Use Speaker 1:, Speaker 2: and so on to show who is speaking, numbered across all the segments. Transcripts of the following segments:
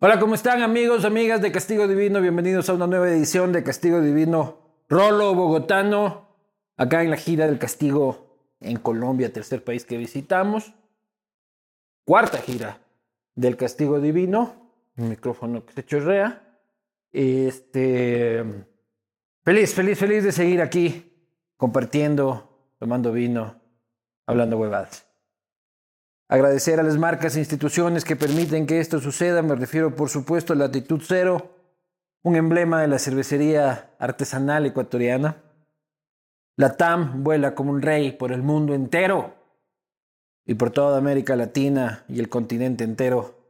Speaker 1: Hola, ¿cómo están amigos, amigas de Castigo Divino? Bienvenidos a una nueva edición de Castigo Divino Rolo Bogotano, acá en la gira del Castigo en Colombia, tercer país que visitamos. Cuarta gira del Castigo Divino, un micrófono que se chorrea. Este, feliz, feliz, feliz de seguir aquí compartiendo, tomando vino, hablando huevadas. Agradecer a las marcas e instituciones que permiten que esto suceda. Me refiero, por supuesto, a Latitud Cero, un emblema de la cervecería artesanal ecuatoriana. La TAM vuela como un rey por el mundo entero y por toda América Latina y el continente entero.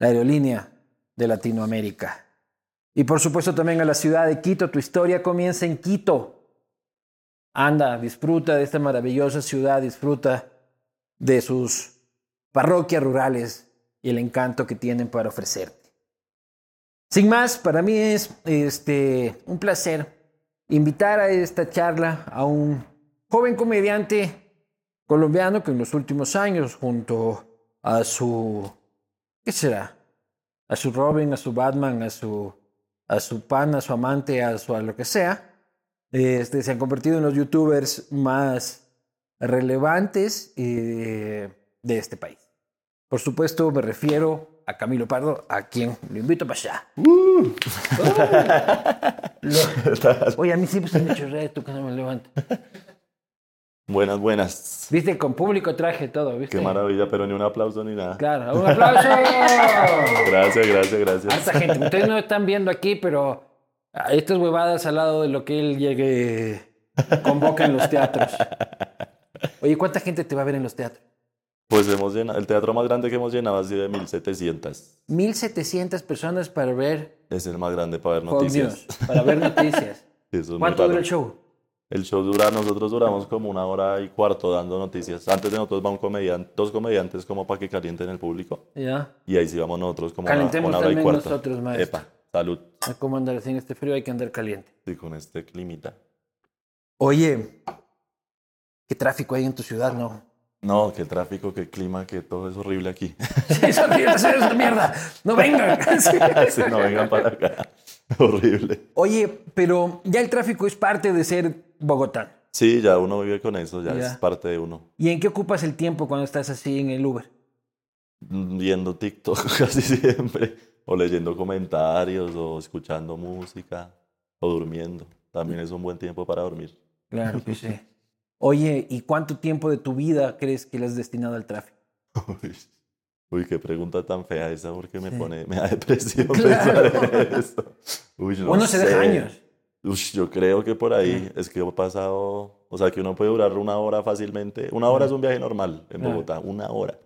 Speaker 1: La aerolínea de Latinoamérica. Y por supuesto también a la ciudad de Quito. Tu historia comienza en Quito. Anda, disfruta de esta maravillosa ciudad, disfruta de sus parroquias rurales y el encanto que tienen para ofrecerte. Sin más, para mí es este, un placer invitar a esta charla a un joven comediante colombiano que en los últimos años, junto a su, ¿qué será? A su Robin, a su Batman, a su, a su pan, a su amante, a su a lo que sea, este, se han convertido en los youtubers más relevantes eh, de este país. Por supuesto, me refiero a Camilo Pardo, a quien lo invito para allá.
Speaker 2: Estás-
Speaker 1: Oye, a mí siempre se me chorrea esto que no me levanto.
Speaker 2: Buenas, buenas.
Speaker 1: Viste, con público traje todo, ¿viste?
Speaker 2: Qué maravilla, pero ni un aplauso ni nada.
Speaker 1: Claro, un aplauso.
Speaker 2: Gracias, gracias,
Speaker 1: A
Speaker 2: gracias.
Speaker 1: esta gente, ustedes no están viendo aquí, pero a estas huevadas al lado de lo que él llegue convoca en los teatros. Oye, ¿cuánta gente te va a ver en los teatros?
Speaker 2: Pues hemos llenado, el teatro más grande que hemos llenado ha sido de 1700.
Speaker 1: 1700 personas para ver
Speaker 2: Es el más grande para ver
Speaker 1: Fox
Speaker 2: noticias.
Speaker 1: News, para ver noticias.
Speaker 2: Eso es muy
Speaker 1: ¿Cuánto dura
Speaker 2: raro.
Speaker 1: el show?
Speaker 2: El show dura, nosotros duramos como una hora y cuarto dando noticias. Antes de nosotros va un comediante, dos comediantes como para que calienten el público.
Speaker 1: Ya.
Speaker 2: Y ahí sí vamos nosotros como una,
Speaker 1: Calentemos
Speaker 2: una hora y
Speaker 1: también
Speaker 2: cuarto.
Speaker 1: nosotros, maestro.
Speaker 2: Epa, salud.
Speaker 1: No hay cómo andar sin este frío, hay que andar caliente.
Speaker 2: Y con este climita.
Speaker 1: Oye, ¿qué tráfico hay en tu ciudad, no?
Speaker 2: No, qué tráfico, qué clima, que todo es horrible aquí.
Speaker 1: Eso tiene que ser esa mierda. No vengan. Sí.
Speaker 2: si no vengan para acá. horrible.
Speaker 1: Oye, pero ya el tráfico es parte de ser bogotano.
Speaker 2: Sí, ya uno vive con eso, ya,
Speaker 1: Ya.
Speaker 2: es parte de uno.
Speaker 1: ¿Y en qué ocupas el tiempo cuando estás así en el Uber?
Speaker 2: Mm, Viendo TikTok casi siempre, o leyendo comentarios, o escuchando música, o durmiendo. También es un buen tiempo para dormir.
Speaker 1: Claro que sí. Oye, ¿y cuánto tiempo de tu vida crees que le has destinado al tráfico?
Speaker 2: Uy, uy, qué pregunta tan fea esa, porque me
Speaker 1: Sí.
Speaker 2: pone, me da depresión
Speaker 1: Claro.
Speaker 2: pensar en eso. Uy, no
Speaker 1: Uno se deja
Speaker 2: sé.
Speaker 1: años.
Speaker 2: Uy, yo creo que por ahí es que he pasado, o sea, que uno puede durar una hora fácilmente. Una hora es un viaje normal en
Speaker 1: Claro.
Speaker 2: Bogotá, una hora.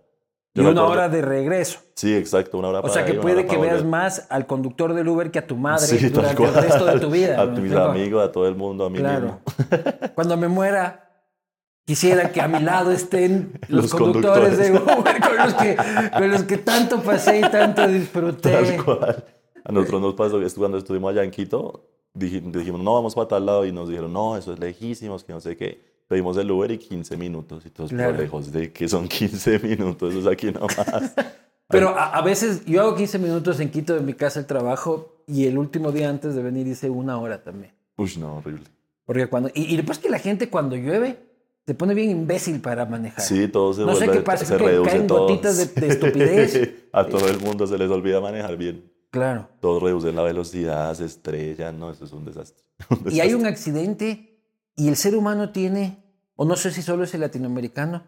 Speaker 1: Y
Speaker 2: Yo me
Speaker 1: una
Speaker 2: acuerdo-
Speaker 1: hora de regreso.
Speaker 2: Sí, exacto, una hora
Speaker 1: O
Speaker 2: para
Speaker 1: sea que
Speaker 2: ir, una
Speaker 1: puede
Speaker 2: hora
Speaker 1: que
Speaker 2: para
Speaker 1: veas
Speaker 2: volver.
Speaker 1: más al conductor del Uber que a tu madre
Speaker 2: Sí, tal
Speaker 1: durante el
Speaker 2: cual.
Speaker 1: resto de tu vida.
Speaker 2: A
Speaker 1: ¿no?
Speaker 2: mis
Speaker 1: Tengo-
Speaker 2: amigos, a todo el mundo, a mí
Speaker 1: Claro.
Speaker 2: mismo.
Speaker 1: Cuando me muera, quisiera que a mi lado estén los,
Speaker 2: Los
Speaker 1: conductores, de Uber con los, que, con los que tanto pasé y tanto disfruté.
Speaker 2: Tal cual. A nosotros nos pasó que estu- cuando estuvimos allá en Quito, dij- dijimos, no, vamos para tal lado. Y nos dijeron, no, eso es lejísimos, que no sé qué. Pedimos el Uber y 15 minutos. Y todos,
Speaker 1: Claro.
Speaker 2: pero lejos de que son 15 minutos, eso es aquí nomás.
Speaker 1: Pero a, a veces yo hago 15 minutos en Quito de mi casa al trabajo y el último día antes de venir hice una hora también.
Speaker 2: Uy, no, horrible.
Speaker 1: Porque cuando, y, y después que la gente cuando llueve se pone bien imbécil para manejar.
Speaker 2: Sí, todo se
Speaker 1: No sé
Speaker 2: vuelve-
Speaker 1: qué pasa,
Speaker 2: se
Speaker 1: creo que
Speaker 2: reduce
Speaker 1: caen
Speaker 2: todo.
Speaker 1: gotitas de- de estupidez.
Speaker 2: A todo el mundo se les olvida manejar bien.
Speaker 1: Claro.
Speaker 2: Todos reducen la velocidad, se estrellan, no, eso es un desastre. Un
Speaker 1: Y hay
Speaker 2: desastre.
Speaker 1: un accidente y el ser humano tiene, o no sé si solo es el latinoamericano,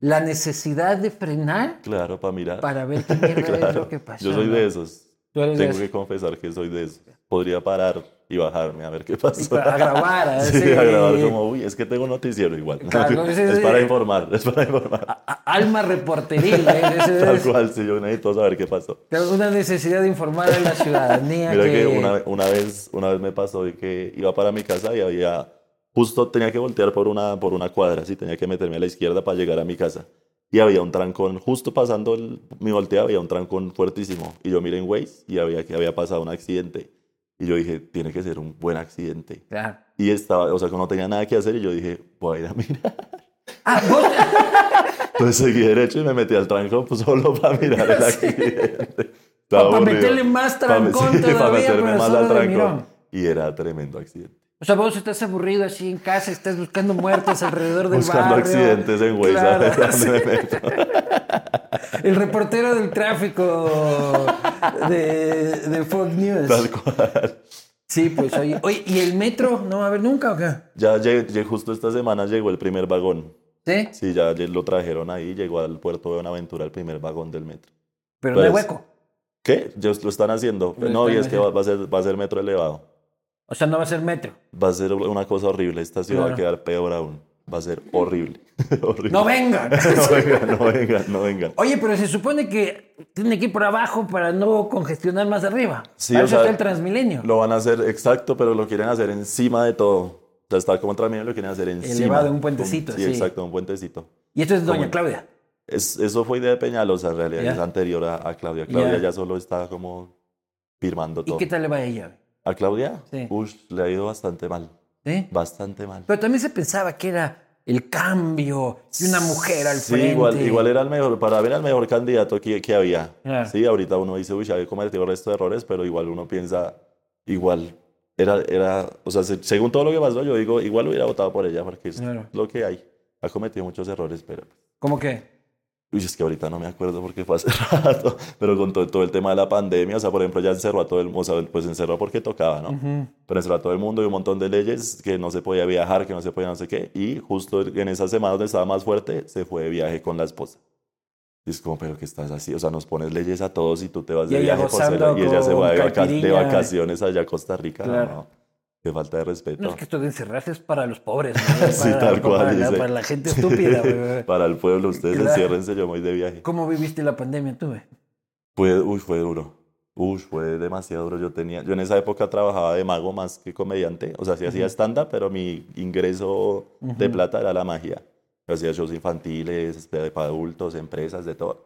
Speaker 1: la necesidad de frenar
Speaker 2: Claro, para mirar.
Speaker 1: para ver qué mierda es
Speaker 2: Claro,
Speaker 1: lo que pasa.
Speaker 2: Yo soy
Speaker 1: ¿no?
Speaker 2: de esos.
Speaker 1: Tú eres de
Speaker 2: Tengo
Speaker 1: esos.
Speaker 2: que confesar que soy de esos. Podría parar y bajarme a ver qué
Speaker 1: Y
Speaker 2: pasó.
Speaker 1: para grabar, a
Speaker 2: Sí,
Speaker 1: sí.
Speaker 2: a grabar como, uy, es que tengo noticiero igual.
Speaker 1: Claro, sí,
Speaker 2: es
Speaker 1: sí.
Speaker 2: para informar, es para informar.
Speaker 1: A- a- alma reporteril. ¿eh? Ese
Speaker 2: Tal
Speaker 1: es-
Speaker 2: cual, sí, yo necesito saber qué pasó.
Speaker 1: tengo una necesidad de informar a la ciudadanía
Speaker 2: Mira
Speaker 1: que,
Speaker 2: que una, una vez, una vez me pasó de que iba para mi casa y había, justo tenía que voltear por una, por una cuadra, sí, tenía que meterme a la izquierda para llegar a mi casa. Y había un trancón, justo pasando el- mi voltea había un trancón fuertísimo. Y yo miré en Waze y había, que había pasado un accidente. Y yo dije, tiene que ser un buen accidente.
Speaker 1: Claro.
Speaker 2: Y estaba, o sea, que no tenía nada que hacer y yo dije, voy a ir a mirar.
Speaker 1: Ah, vos-
Speaker 2: pues, Entonces seguí derecho y me metí al trancón pues, solo para mirar el accidente.
Speaker 1: Pa- pa'
Speaker 2: aburrido.
Speaker 1: meterle más
Speaker 2: Pa'
Speaker 1: trancón
Speaker 2: me- sí,
Speaker 1: todavía,
Speaker 2: Para meterme
Speaker 1: pero
Speaker 2: más
Speaker 1: solo
Speaker 2: al
Speaker 1: de
Speaker 2: trancón.
Speaker 1: mirón.
Speaker 2: Y era tremendo accidente.
Speaker 1: O sea, vos estás aburrido así en casa, estás buscando muertos alrededor del
Speaker 2: Buscando
Speaker 1: barrio.
Speaker 2: accidentes en Waze.
Speaker 1: Claro,
Speaker 2: ¿sabes dónde
Speaker 1: sí.
Speaker 2: me meto?
Speaker 1: El reportero del tráfico de, de Fox News.
Speaker 2: Tal cual.
Speaker 1: Sí, pues oye. Oye, ¿y el metro no va a haber nunca o qué?
Speaker 2: Ya, lle- lle- justo esta semana llegó el primer vagón.
Speaker 1: Sí,
Speaker 2: Sí, ya lle- lo trajeron ahí, llegó al puerto de Buenaventura el primer vagón del metro.
Speaker 1: pero no hay
Speaker 2: Pues-
Speaker 1: hueco.
Speaker 2: ¿Qué? Ya lo están haciendo.
Speaker 1: Lo
Speaker 2: no, y
Speaker 1: están
Speaker 2: es que va, va a ser, va a ser metro elevado.
Speaker 1: O sea, no va a ser metro.
Speaker 2: Va a ser una cosa horrible. Esta ciudad va a
Speaker 1: Claro.
Speaker 2: quedar peor aún. Va a ser horrible. horrible.
Speaker 1: ¡No vengan!
Speaker 2: no vengan, no vengan, no vengan.
Speaker 1: Oye, pero se supone que tiene que ir por abajo para no congestionar más arriba.
Speaker 2: Sí,
Speaker 1: para
Speaker 2: o
Speaker 1: eso
Speaker 2: sea,
Speaker 1: está el Transmilenio.
Speaker 2: Lo van a hacer exacto, pero lo quieren hacer encima de todo. O sea, está como Transmilenio, lo quieren hacer encima.
Speaker 1: Elevado, un puentecito,
Speaker 2: Sí,
Speaker 1: sí.
Speaker 2: exacto, un puentecito.
Speaker 1: Y esto es Doña
Speaker 2: ¿Cómo?
Speaker 1: Claudia.
Speaker 2: Es- eso fue idea de Peñalosa, en realidad,
Speaker 1: Ya.
Speaker 2: es anterior a, a Claudia. Claudia
Speaker 1: Ya.
Speaker 2: ya solo está como firmando
Speaker 1: ¿Y
Speaker 2: todo.
Speaker 1: qué tal le va a ella?
Speaker 2: ¿A Claudia?
Speaker 1: Sí.
Speaker 2: Ush, le ha ido bastante mal.
Speaker 1: ¿Sí?
Speaker 2: Bastante mal.
Speaker 1: Pero también se pensaba que era el cambio y una mujer al
Speaker 2: Sí,
Speaker 1: frente.
Speaker 2: igual, igual era el mejor, para ver al mejor candidato que, que había.
Speaker 1: Claro.
Speaker 2: Sí, ahorita uno dice, uy, había cometido el resto de errores, pero igual uno piensa, igual, era, era, o sea, se- según todo lo que pasó, yo digo, igual hubiera votado por ella, porque es
Speaker 1: Claro.
Speaker 2: lo que hay. Ha cometido muchos errores, pero...
Speaker 1: ¿Cómo que?
Speaker 2: Uy, es que ahorita no me acuerdo porque fue hace rato, pero con todo, todo el tema de la pandemia, o sea, por ejemplo, ya encerró a todo el mundo, o sea, pues encerró porque tocaba, ¿no? Pero encerró a todo el mundo y un montón de leyes que no se podía viajar, que no se podía no sé qué, y justo en esa semana donde estaba más fuerte, se fue de viaje con la esposa. Y es como, pero que estás así, o sea, nos pones leyes a todos y tú te vas
Speaker 1: Y
Speaker 2: de
Speaker 1: ella
Speaker 2: viaje por ser-
Speaker 1: gozando
Speaker 2: y ella se
Speaker 1: con
Speaker 2: va de, vaca- de
Speaker 1: caipirinha. eh.
Speaker 2: vacaciones allá a Costa Rica, no,
Speaker 1: Claro.
Speaker 2: no, qué falta de respeto.
Speaker 1: No es que esto de encerrarse es para los pobres. ¿no?
Speaker 2: Sí,
Speaker 1: Para-
Speaker 2: tal cual,
Speaker 1: Para, la,
Speaker 2: dice.
Speaker 1: para la gente estúpida. güey.
Speaker 2: Para el pueblo, ustedes
Speaker 1: Claro.
Speaker 2: enciérrense, yo me voy de viaje.
Speaker 1: ¿Cómo viviste la pandemia tú? güey?
Speaker 2: Fue, uy, fue duro. Uy, fue demasiado duro. Yo tenía, yo en esa época trabajaba de mago más que comediante. O sea, sí hacía stand-up, pero mi ingreso de plata era la magia. Yo hacía shows infantiles, este, de- para adultos, empresas, de todo.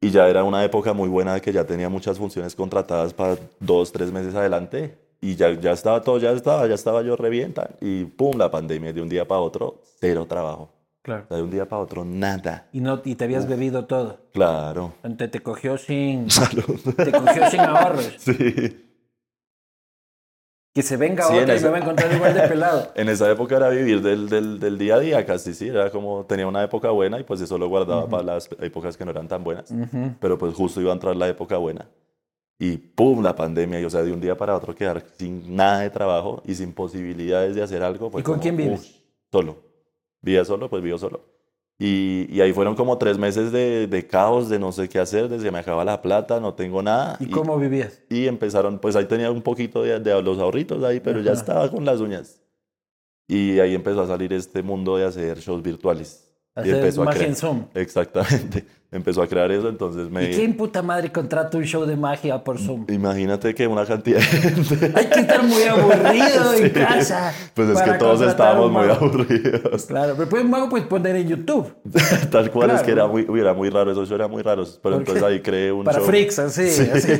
Speaker 2: Y ya era una época muy buena de que ya tenía muchas funciones contratadas para dos, tres meses adelante. Y ya, ya estaba todo, ya estaba, ya estaba yo revienta. Y pum, la pandemia de un día para otro, cero trabajo.
Speaker 1: Claro.
Speaker 2: O sea, de un día para otro, nada.
Speaker 1: Y, no, y te habías bebido todo.
Speaker 2: Claro.
Speaker 1: Te, te cogió sin.
Speaker 2: Salud.
Speaker 1: Te cogió sin ahorros.
Speaker 2: Sí.
Speaker 1: Que se venga
Speaker 2: Sí, en
Speaker 1: otra y
Speaker 2: ese-
Speaker 1: me va a encontrar igual de pelado.
Speaker 2: En esa época era vivir del, del, del día a día, casi sí. Era como tenía una época buena y pues eso lo guardaba para las épocas que no eran tan buenas.
Speaker 1: Ujú.
Speaker 2: Pero pues justo iba a entrar la época buena. Y pum, la pandemia. Y o sea, de un día para otro quedar sin nada de trabajo y sin posibilidades de hacer algo. fue
Speaker 1: ¿Y con
Speaker 2: como,
Speaker 1: quién vives?
Speaker 2: "Ush, solo. Vivía solo, pues vivo solo. Y, y ahí fueron como tres meses de, de caos, de no sé qué hacer, de se me acaba la plata, no tengo nada.
Speaker 1: ¿Y cómo vivías?
Speaker 2: y empezaron, pues ahí tenía un poquito de, de los ahorritos ahí, pero ya
Speaker 1: Ajá.
Speaker 2: estaba con las uñas. Y ahí empezó a salir este mundo de hacer shows virtuales. y
Speaker 1: Hacer
Speaker 2: empezó a
Speaker 1: magia
Speaker 2: crear.
Speaker 1: en Zoom.
Speaker 2: Exactamente. Empezó a crear eso, entonces me...
Speaker 1: ¿Y quién puta madre contrata un show de magia por Zoom?
Speaker 2: Imagínate que una cantidad de gente...
Speaker 1: Hay que estar muy aburrido en
Speaker 2: Sí.
Speaker 1: casa.
Speaker 2: Pues es que
Speaker 1: para
Speaker 2: todos
Speaker 1: contratar
Speaker 2: estábamos
Speaker 1: un
Speaker 2: muy
Speaker 1: mago.
Speaker 2: aburridos.
Speaker 1: Claro, pero pues, un mago puedes poner en YouTube.
Speaker 2: Tal cual, es
Speaker 1: Claro.
Speaker 2: que era muy, uy, era muy raro, esos shows eran muy raros. Pero
Speaker 1: ¿Por
Speaker 2: entonces
Speaker 1: qué?
Speaker 2: ahí creé un
Speaker 1: Para
Speaker 2: show.
Speaker 1: freaks, así.
Speaker 2: Sí.
Speaker 1: así.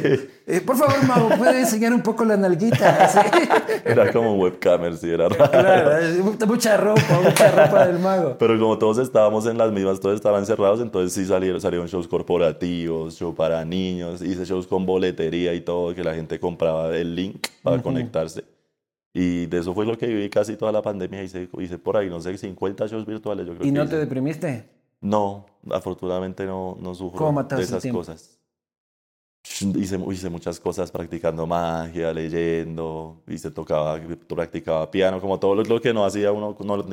Speaker 1: Eh, por favor, mago, ¿puede enseñar un poco la nalguita? Así.
Speaker 2: Era como webcamer, sí, era raro.
Speaker 1: Claro, eh, mucha ropa, mucha ropa del mago.
Speaker 2: Pero como todos estábamos en las mismas, todos estaban encerrados, entonces sí salieron, salieron shows corporativos, show para niños, hice shows con boletería y todo, que la gente compraba el link para conectarse. Y de eso fue lo que viví casi toda la pandemia. Hice, hice por ahí, no sé, 50 shows virtuales, yo creo
Speaker 1: ¿Y
Speaker 2: que
Speaker 1: no te
Speaker 2: hice.
Speaker 1: deprimiste?
Speaker 2: No, afortunadamente no, no sufro
Speaker 1: ¿Cómo matabas
Speaker 2: de
Speaker 1: el
Speaker 2: esas
Speaker 1: tiempo?
Speaker 2: cosas. Hice, hice muchas cosas practicando magia, leyendo, y se tocaba, practicaba piano, como todo lo, lo que no hacía uno no-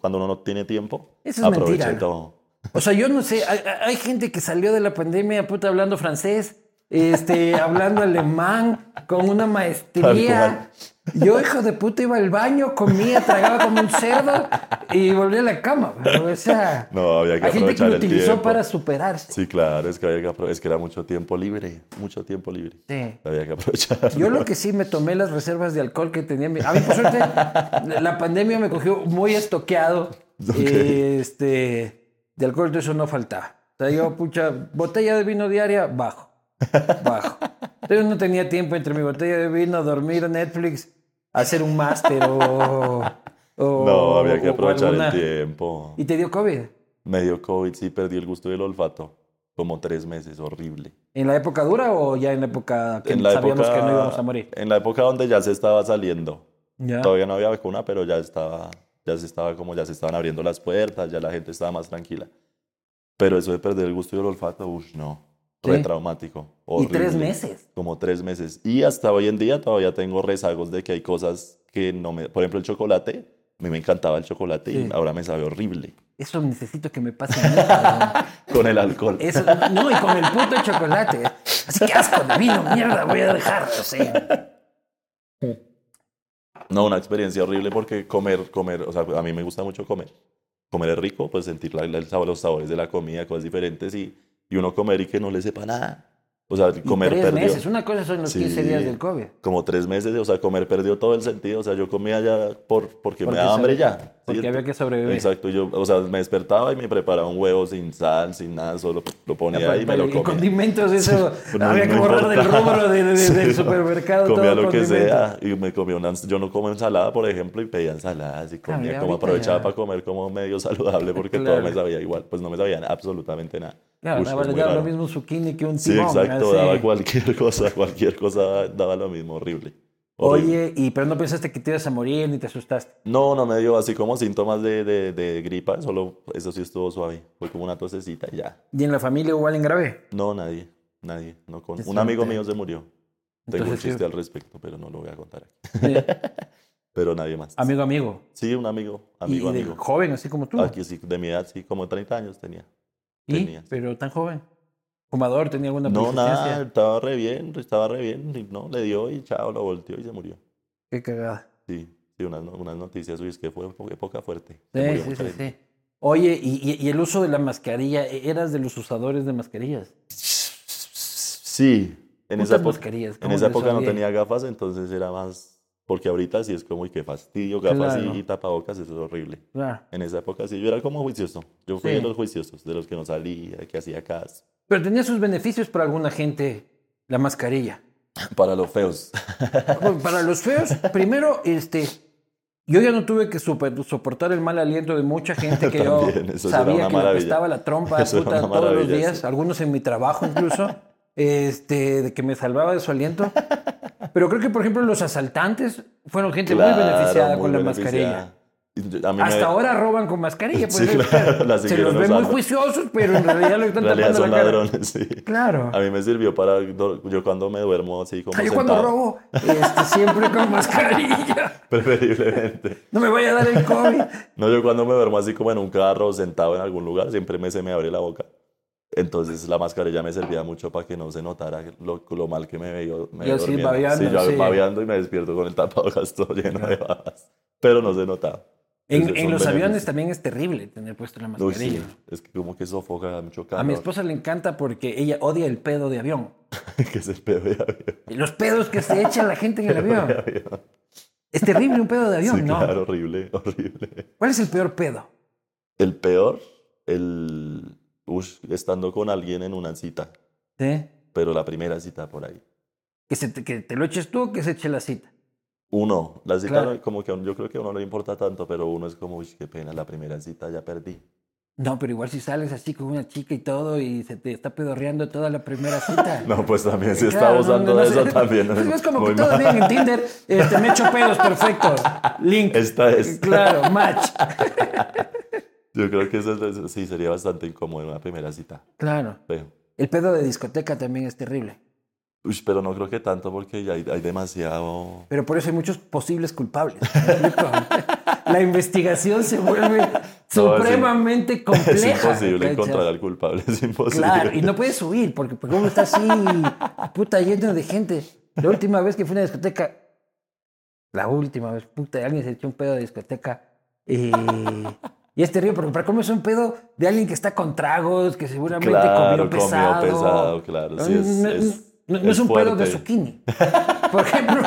Speaker 2: cuando uno no tiene tiempo.
Speaker 1: Eso es
Speaker 2: aproveché
Speaker 1: mentira.
Speaker 2: todo.
Speaker 1: O sea, yo no sé, hay, hay- hay gente que salió de la pandemia puta hablando francés, este, hablando alemán, con una maestría. Yo, hijo de puta, iba al baño, comía, tragaba como un cerdo y volví a la cama. O sea,
Speaker 2: No, había que
Speaker 1: hay gente que
Speaker 2: aprovechar
Speaker 1: lo
Speaker 2: el
Speaker 1: utilizó
Speaker 2: tiempo.
Speaker 1: para superarse.
Speaker 2: Sí, claro, es que, había que apro- es que era mucho tiempo libre, mucho tiempo libre.
Speaker 1: Sí.
Speaker 2: Había que aprovechar.
Speaker 1: Yo lo que sí me tomé las reservas de alcohol que tenía. en mi- A mí, por suerte, la la pandemia me cogió muy estoqueado. eh, Este, de alcohol, de eso no faltaba. O sea, yo, pucha, botella de vino diaria, bajo. Bajo. Yo no tenía tiempo entre mi botella de vino, dormir, Netflix, hacer un máster o, o-
Speaker 2: No, había que
Speaker 1: o
Speaker 2: aprovechar
Speaker 1: alguna-
Speaker 2: el tiempo.
Speaker 1: ¿Y te dio COVID?
Speaker 2: Me dio COVID, sí, perdí el gusto del olfato. Como tres meses, horrible.
Speaker 1: ¿En la época dura o ya en la época que
Speaker 2: En la
Speaker 1: sabíamos
Speaker 2: época-
Speaker 1: que no íbamos a morir? Ah.
Speaker 2: En la época donde ya se estaba saliendo.
Speaker 1: Ya.
Speaker 2: Todavía no había vacuna, pero ya estaba, ya se estaba como, ya se estaban abriendo las puertas, ya la gente estaba más tranquila. Pero eso de perder el gusto y el olfato, uff, no.
Speaker 1: Sí.
Speaker 2: Re traumático.
Speaker 1: Y
Speaker 2: horrible.
Speaker 1: tres meses.
Speaker 2: Como tres meses. Y hasta hoy en día todavía tengo rezagos de que hay cosas que no me. Por ejemplo, el chocolate. A mí me encantaba el chocolate
Speaker 1: Sí.
Speaker 2: y ahora me sabe horrible.
Speaker 1: Eso necesito que me pase a mí, cabrón.
Speaker 2: Con el alcohol.
Speaker 1: Eso, no, y con el puto chocolate. Así que asco de vino, mierda, voy a dejar. O sea,
Speaker 2: No, una experiencia horrible porque comer, comer, o sea, a mí me gusta mucho comer. Comer es rico, pues sentir la- la- el sabor- los sabores de la comida, cosas diferentes y, y uno comer y que no le sepa nada. O sea,
Speaker 1: y
Speaker 2: comer
Speaker 1: tres
Speaker 2: perdió
Speaker 1: meses. Una cosa son los
Speaker 2: Sí.
Speaker 1: 15 días del COVID.
Speaker 2: como tres meses, o sea, comer perdió todo el sentido. O sea, yo comía ya por, porque, me
Speaker 1: Porque
Speaker 2: daba hambre
Speaker 1: sabe-
Speaker 2: ya. ¿sí?
Speaker 1: Porque había que sobrevivir.
Speaker 2: Exacto, yo, o sea, me despertaba y me preparaba un huevo sin sal, sin nada, solo
Speaker 1: Ya,
Speaker 2: lo ponía
Speaker 1: pero-
Speaker 2: ahí y me lo
Speaker 1: pero- y
Speaker 2: comía.
Speaker 1: condimentos, eso
Speaker 2: No,
Speaker 1: había
Speaker 2: no
Speaker 1: que borrar del
Speaker 2: importaba.
Speaker 1: rubro de- de-
Speaker 2: Sí,
Speaker 1: del
Speaker 2: no.
Speaker 1: supermercado.
Speaker 2: Comía
Speaker 1: todo
Speaker 2: lo que
Speaker 1: condimento.
Speaker 2: sea y me comía una, yo no como ensalada, por ejemplo, y pedía ensaladas y comía
Speaker 1: ya
Speaker 2: como
Speaker 1: ahorita
Speaker 2: aprovechaba
Speaker 1: ya.
Speaker 2: para comer como medio saludable porque
Speaker 1: Claro.
Speaker 2: todo me sabía igual, pues no me sabía absolutamente nada.
Speaker 1: Claro,
Speaker 2: Ush, es
Speaker 1: daba,
Speaker 2: muy
Speaker 1: daba lo
Speaker 2: raro.
Speaker 1: mismo un zucchini que un
Speaker 2: Sí,
Speaker 1: timón.
Speaker 2: exacto,
Speaker 1: así.
Speaker 2: daba cualquier cosa, cualquier cosa daba lo mismo, horrible. horrible.
Speaker 1: Oye, y pero no pensaste que te ibas a morir ni te asustaste.
Speaker 2: No, no me dio así como síntomas de, de, de gripa, solo eso sí estuvo suave, fue como una tosecita y ya.
Speaker 1: ¿Y en la familia hubo alguien grave?
Speaker 2: No, nadie, nadie, no con...
Speaker 1: Qué
Speaker 2: un amigo
Speaker 1: suerte.
Speaker 2: mío se murió. Tengo un
Speaker 1: Entonces, sí.
Speaker 2: chiste al respecto, pero no lo voy a contar aquí.
Speaker 1: Sí.
Speaker 2: Pero nadie más.
Speaker 1: Amigo, amigo.
Speaker 2: Sí, un amigo,
Speaker 1: Y-
Speaker 2: amigo,
Speaker 1: y de
Speaker 2: amigo.
Speaker 1: joven, así como tú.
Speaker 2: Aquí sí, de mi edad, sí, como 30 años tenía.
Speaker 1: ¿Y?
Speaker 2: tenías.
Speaker 1: Pero tan joven. Fumador, tenía alguna
Speaker 2: No, nada,
Speaker 1: persistencia?
Speaker 2: estaba re bien, estaba re bien, y no, le dio y chao, lo volteó y se murió.
Speaker 1: Qué cagada.
Speaker 2: Sí, sí, unas, no- unas noticias, uy, es que fue po- época fuerte. Se
Speaker 1: Sí,
Speaker 2: murió
Speaker 1: sí,
Speaker 2: mucha
Speaker 1: sí,
Speaker 2: gente.
Speaker 1: sí. Oye, y, y- y el uso de la mascarilla, ¿E- eras de los usadores de mascarillas.
Speaker 2: Sí, en esa
Speaker 1: Putas
Speaker 2: época,
Speaker 1: mascarillas,
Speaker 2: en
Speaker 1: ¿cómo
Speaker 2: esa
Speaker 1: les
Speaker 2: época no
Speaker 1: odié?
Speaker 2: tenía gafas, entonces era más, porque ahorita sí es como, uy, qué fastidio, gafas y-
Speaker 1: Claro.
Speaker 2: y tapabocas, eso es horrible.
Speaker 1: Claro.
Speaker 2: En esa época sí, yo era como juicioso, yo fui
Speaker 1: Sí.
Speaker 2: de los juiciosos, de los que no salía, que hacía caso,
Speaker 1: Pero tenía sus beneficios para alguna gente la mascarilla.
Speaker 2: para los feos.
Speaker 1: Bueno, Para los feos, primero, este, yo ya no tuve que super- soportar el mal aliento de mucha gente que yo
Speaker 2: También, eso era
Speaker 1: sabía
Speaker 2: una
Speaker 1: que le
Speaker 2: maravilla.
Speaker 1: apestaba la trompa
Speaker 2: Eso era
Speaker 1: puta,
Speaker 2: una
Speaker 1: todos los
Speaker 2: maravilla,
Speaker 1: días,
Speaker 2: sí.
Speaker 1: algunos en mi trabajo incluso, este, de que me salvaba de su aliento. Pero creo que, por ejemplo, los asaltantes fueron gente muy
Speaker 2: Claro,
Speaker 1: beneficiada
Speaker 2: muy
Speaker 1: con la
Speaker 2: beneficiada.
Speaker 1: mascarilla.
Speaker 2: Y yo- a mí
Speaker 1: Hasta
Speaker 2: me-
Speaker 1: ahora roban con mascarilla. Pues,
Speaker 2: Sí,
Speaker 1: es-
Speaker 2: claro, la
Speaker 1: se los
Speaker 2: siguieron
Speaker 1: ve muy
Speaker 2: usando.
Speaker 1: juiciosos, pero en realidad lo
Speaker 2: En
Speaker 1: están
Speaker 2: realidad
Speaker 1: tapando
Speaker 2: son
Speaker 1: la cara.
Speaker 2: ladrones, sí.
Speaker 1: Claro.
Speaker 2: A mí me sirvió para. Yo cuando me duermo así como.
Speaker 1: Ah, Yo cuando
Speaker 2: sentado,
Speaker 1: robo, este, siempre con mascarilla.
Speaker 2: Preferiblemente.
Speaker 1: No me vaya a dar el COVID.
Speaker 2: No, yo cuando me duermo así como en un carro, sentado en algún lugar, siempre me, se me abre la boca. Entonces la mascarilla me servía mucho para que no se notara lo, lo mal que me veía. Me
Speaker 1: Yo
Speaker 2: veía
Speaker 1: sí,
Speaker 2: durmiendo.
Speaker 1: babeando,
Speaker 2: Sí, yo
Speaker 1: sí.
Speaker 2: babeando y me despierto con el tapabocas todo lleno de babas. Pero no se notaba.
Speaker 1: En,
Speaker 2: Entonces,
Speaker 1: en
Speaker 2: son
Speaker 1: los aviones
Speaker 2: beneficios.
Speaker 1: también es terrible tener puesto la
Speaker 2: Uy, sí,
Speaker 1: mascarilla.
Speaker 2: es que como que sofoca da mucho
Speaker 1: A
Speaker 2: calor.
Speaker 1: mi esposa le encanta porque ella odia el pedo de avión.
Speaker 2: que es el pedo de avión.
Speaker 1: Y Los pedos que se echa la gente en el avión. Es terrible un pedo de avión,
Speaker 2: Sí,
Speaker 1: ¿no?
Speaker 2: claro, horrible, horrible.
Speaker 1: ¿Cuál es el peor pedo?
Speaker 2: El peor, el ush, estando con alguien en una cita,
Speaker 1: ¿Sí?
Speaker 2: pero la primera cita por ahí.
Speaker 1: Que, se te, que te lo eches tú o que se eche la cita.
Speaker 2: Uno, la cita
Speaker 1: Claro.
Speaker 2: no- como que a uno- yo creo que a uno no le importa tanto, pero uno es como, uy, qué pena, la primera cita ya perdí.
Speaker 1: No, pero igual si sales así con una chica y todo y se te está pedorreando toda la primera cita.
Speaker 2: No, pues también se está
Speaker 1: Claro, no,
Speaker 2: abusando
Speaker 1: no, no
Speaker 2: de
Speaker 1: sé.
Speaker 2: eso también.
Speaker 1: Pues es como
Speaker 2: muy
Speaker 1: que todo
Speaker 2: mal.
Speaker 1: bien en Tinder. Este, me echo pedos, perfecto. Link.
Speaker 2: Esta es.
Speaker 1: Claro, match.
Speaker 2: Yo creo que eso es- eso sí sería bastante incómodo en una primera cita.
Speaker 1: Claro.
Speaker 2: Pero,
Speaker 1: El pedo de discoteca también es terrible.
Speaker 2: uy, pero no creo que tanto porque ya hay, hay demasiado.
Speaker 1: Pero por eso hay muchos posibles culpables. ¿me explico? La investigación se vuelve supremamente
Speaker 2: Es
Speaker 1: compleja.
Speaker 2: imposible
Speaker 1: ¿cachas?
Speaker 2: encontrar al culpable, es imposible.
Speaker 1: Claro, y no puedes subir porque, porque uno está así, puta, lleno de gente. La última vez que fui a una discoteca, la última vez, puta, alguien se echó un pedo de discoteca. eh, y es terrible porque para cómo es un pedo de alguien que está con tragos, que seguramente comió
Speaker 2: Claro, comió
Speaker 1: pesado.
Speaker 2: pesado, claro, sí,
Speaker 1: no,
Speaker 2: es-
Speaker 1: no-
Speaker 2: es-
Speaker 1: no- no es
Speaker 2: es
Speaker 1: un pedo de
Speaker 2: fuerte.
Speaker 1: zucchini. Por ejemplo,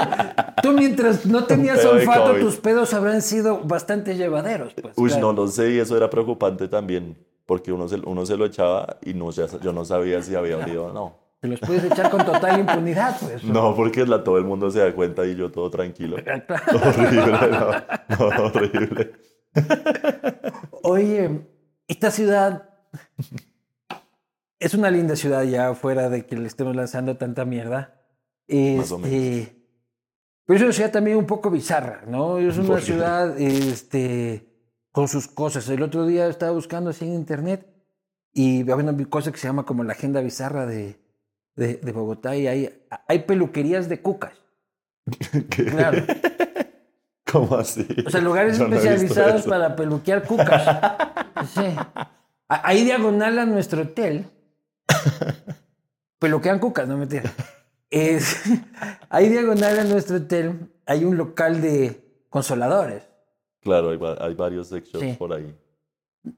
Speaker 1: tú mientras no tenías
Speaker 2: pedo de
Speaker 1: olfato,
Speaker 2: COVID.
Speaker 1: tus pedos habrán sido bastante llevaderos. Pues,
Speaker 2: Uy,
Speaker 1: claro.
Speaker 2: no lo sé, y eso era preocupante también, porque uno se, uno se lo echaba y no, ya- yo no sabía si había olido o no.
Speaker 1: Te los puedes echar con total impunidad, pues.
Speaker 2: No, porque la, todo el mundo se da cuenta y yo todo tranquilo.
Speaker 1: Claro.
Speaker 2: horrible, no, no, horrible.
Speaker 1: Oye, esta ciudad es una linda ciudad ya fuera de que le estemos lanzando tanta mierda.
Speaker 2: Más o
Speaker 1: Este, pero es una ciudad también un poco bizarra, ¿no? Es una
Speaker 2: ¿Por qué?
Speaker 1: ciudad este, con sus cosas. El otro día estaba buscando así en internet y había una cosa que se llama como la agenda bizarra de, de, de Bogotá y hay, hay peluquerías de cucas.
Speaker 2: ¿Qué?
Speaker 1: Claro.
Speaker 2: ¿Cómo así?
Speaker 1: O sea, lugares
Speaker 2: Yo no he visto
Speaker 1: especializados
Speaker 2: eso.
Speaker 1: para peluquear cucas. Sí. A- Ahí diagonal a nuestro hotel. Peluquean cucas, no mentira. Es, ahí diagonal a nuestro hotel hay un local de consoladores.
Speaker 2: Claro, hay, va- hay varios sex shops
Speaker 1: Sí.
Speaker 2: por ahí.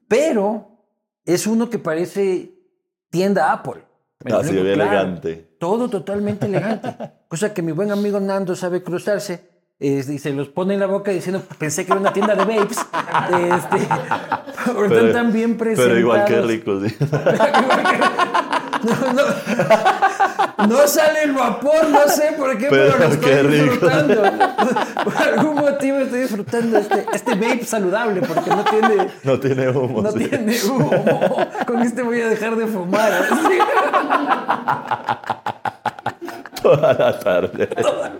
Speaker 1: Pero es uno que parece tienda Apple. Me lo
Speaker 2: Así de
Speaker 1: explico, claro.
Speaker 2: elegante.
Speaker 1: Todo totalmente elegante. Cosa que mi buen amigo Nando sabe cruzarse. este, y se los pone en la boca diciendo, pensé que era una tienda de vapes. Este, pero están tan bien presentados.
Speaker 2: Pero igual que rico, sí.
Speaker 1: No, no, no sale el vapor, no sé por qué, pero,
Speaker 2: Pero
Speaker 1: lo estoy
Speaker 2: qué rico.
Speaker 1: disfrutando. Por algún motivo estoy disfrutando este, este vape saludable, porque no tiene...
Speaker 2: No tiene humo.
Speaker 1: No
Speaker 2: sí.
Speaker 1: tiene humo. Con este voy a dejar de fumar. ¿eh? Sí.
Speaker 2: Toda la tarde.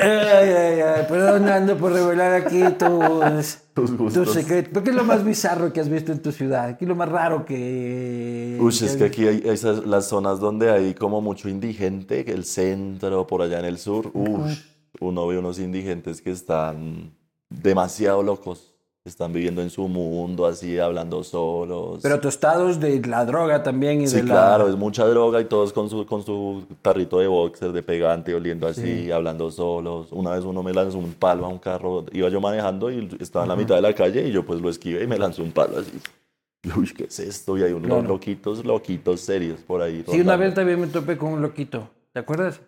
Speaker 1: Ay, ay, ay, perdón, Nando, por revelar aquí tus,
Speaker 2: Tus gustos.
Speaker 1: secretos. ¿Pero qué es lo más bizarro que has visto en tu ciudad? ¿Qué es lo más raro que.?
Speaker 2: Uy, es que aquí hay esas, las zonas donde hay como mucho indigente, que el centro, por allá en el sur. Uy, uno ve unos indigentes que están demasiado locos. Están viviendo en su mundo, así, hablando solos.
Speaker 1: Pero tostados de la droga también y
Speaker 2: Sí,
Speaker 1: de la.
Speaker 2: claro, es mucha droga y todos con su, con su tarrito de boxer, de pegante, oliendo así, hablando solos. Una vez uno me lanzó un palo a un carro, iba yo manejando y estaba en la mitad de la calle y yo pues lo esquivé y me lanzó un palo así. Uy, ¿qué es esto? Y hay unos
Speaker 1: Claro.
Speaker 2: loquitos, loquitos serios por
Speaker 1: Sí,
Speaker 2: ahí.
Speaker 1: una
Speaker 2: rondando.
Speaker 1: vez también me topé con un loquito. ¿Te acuerdas?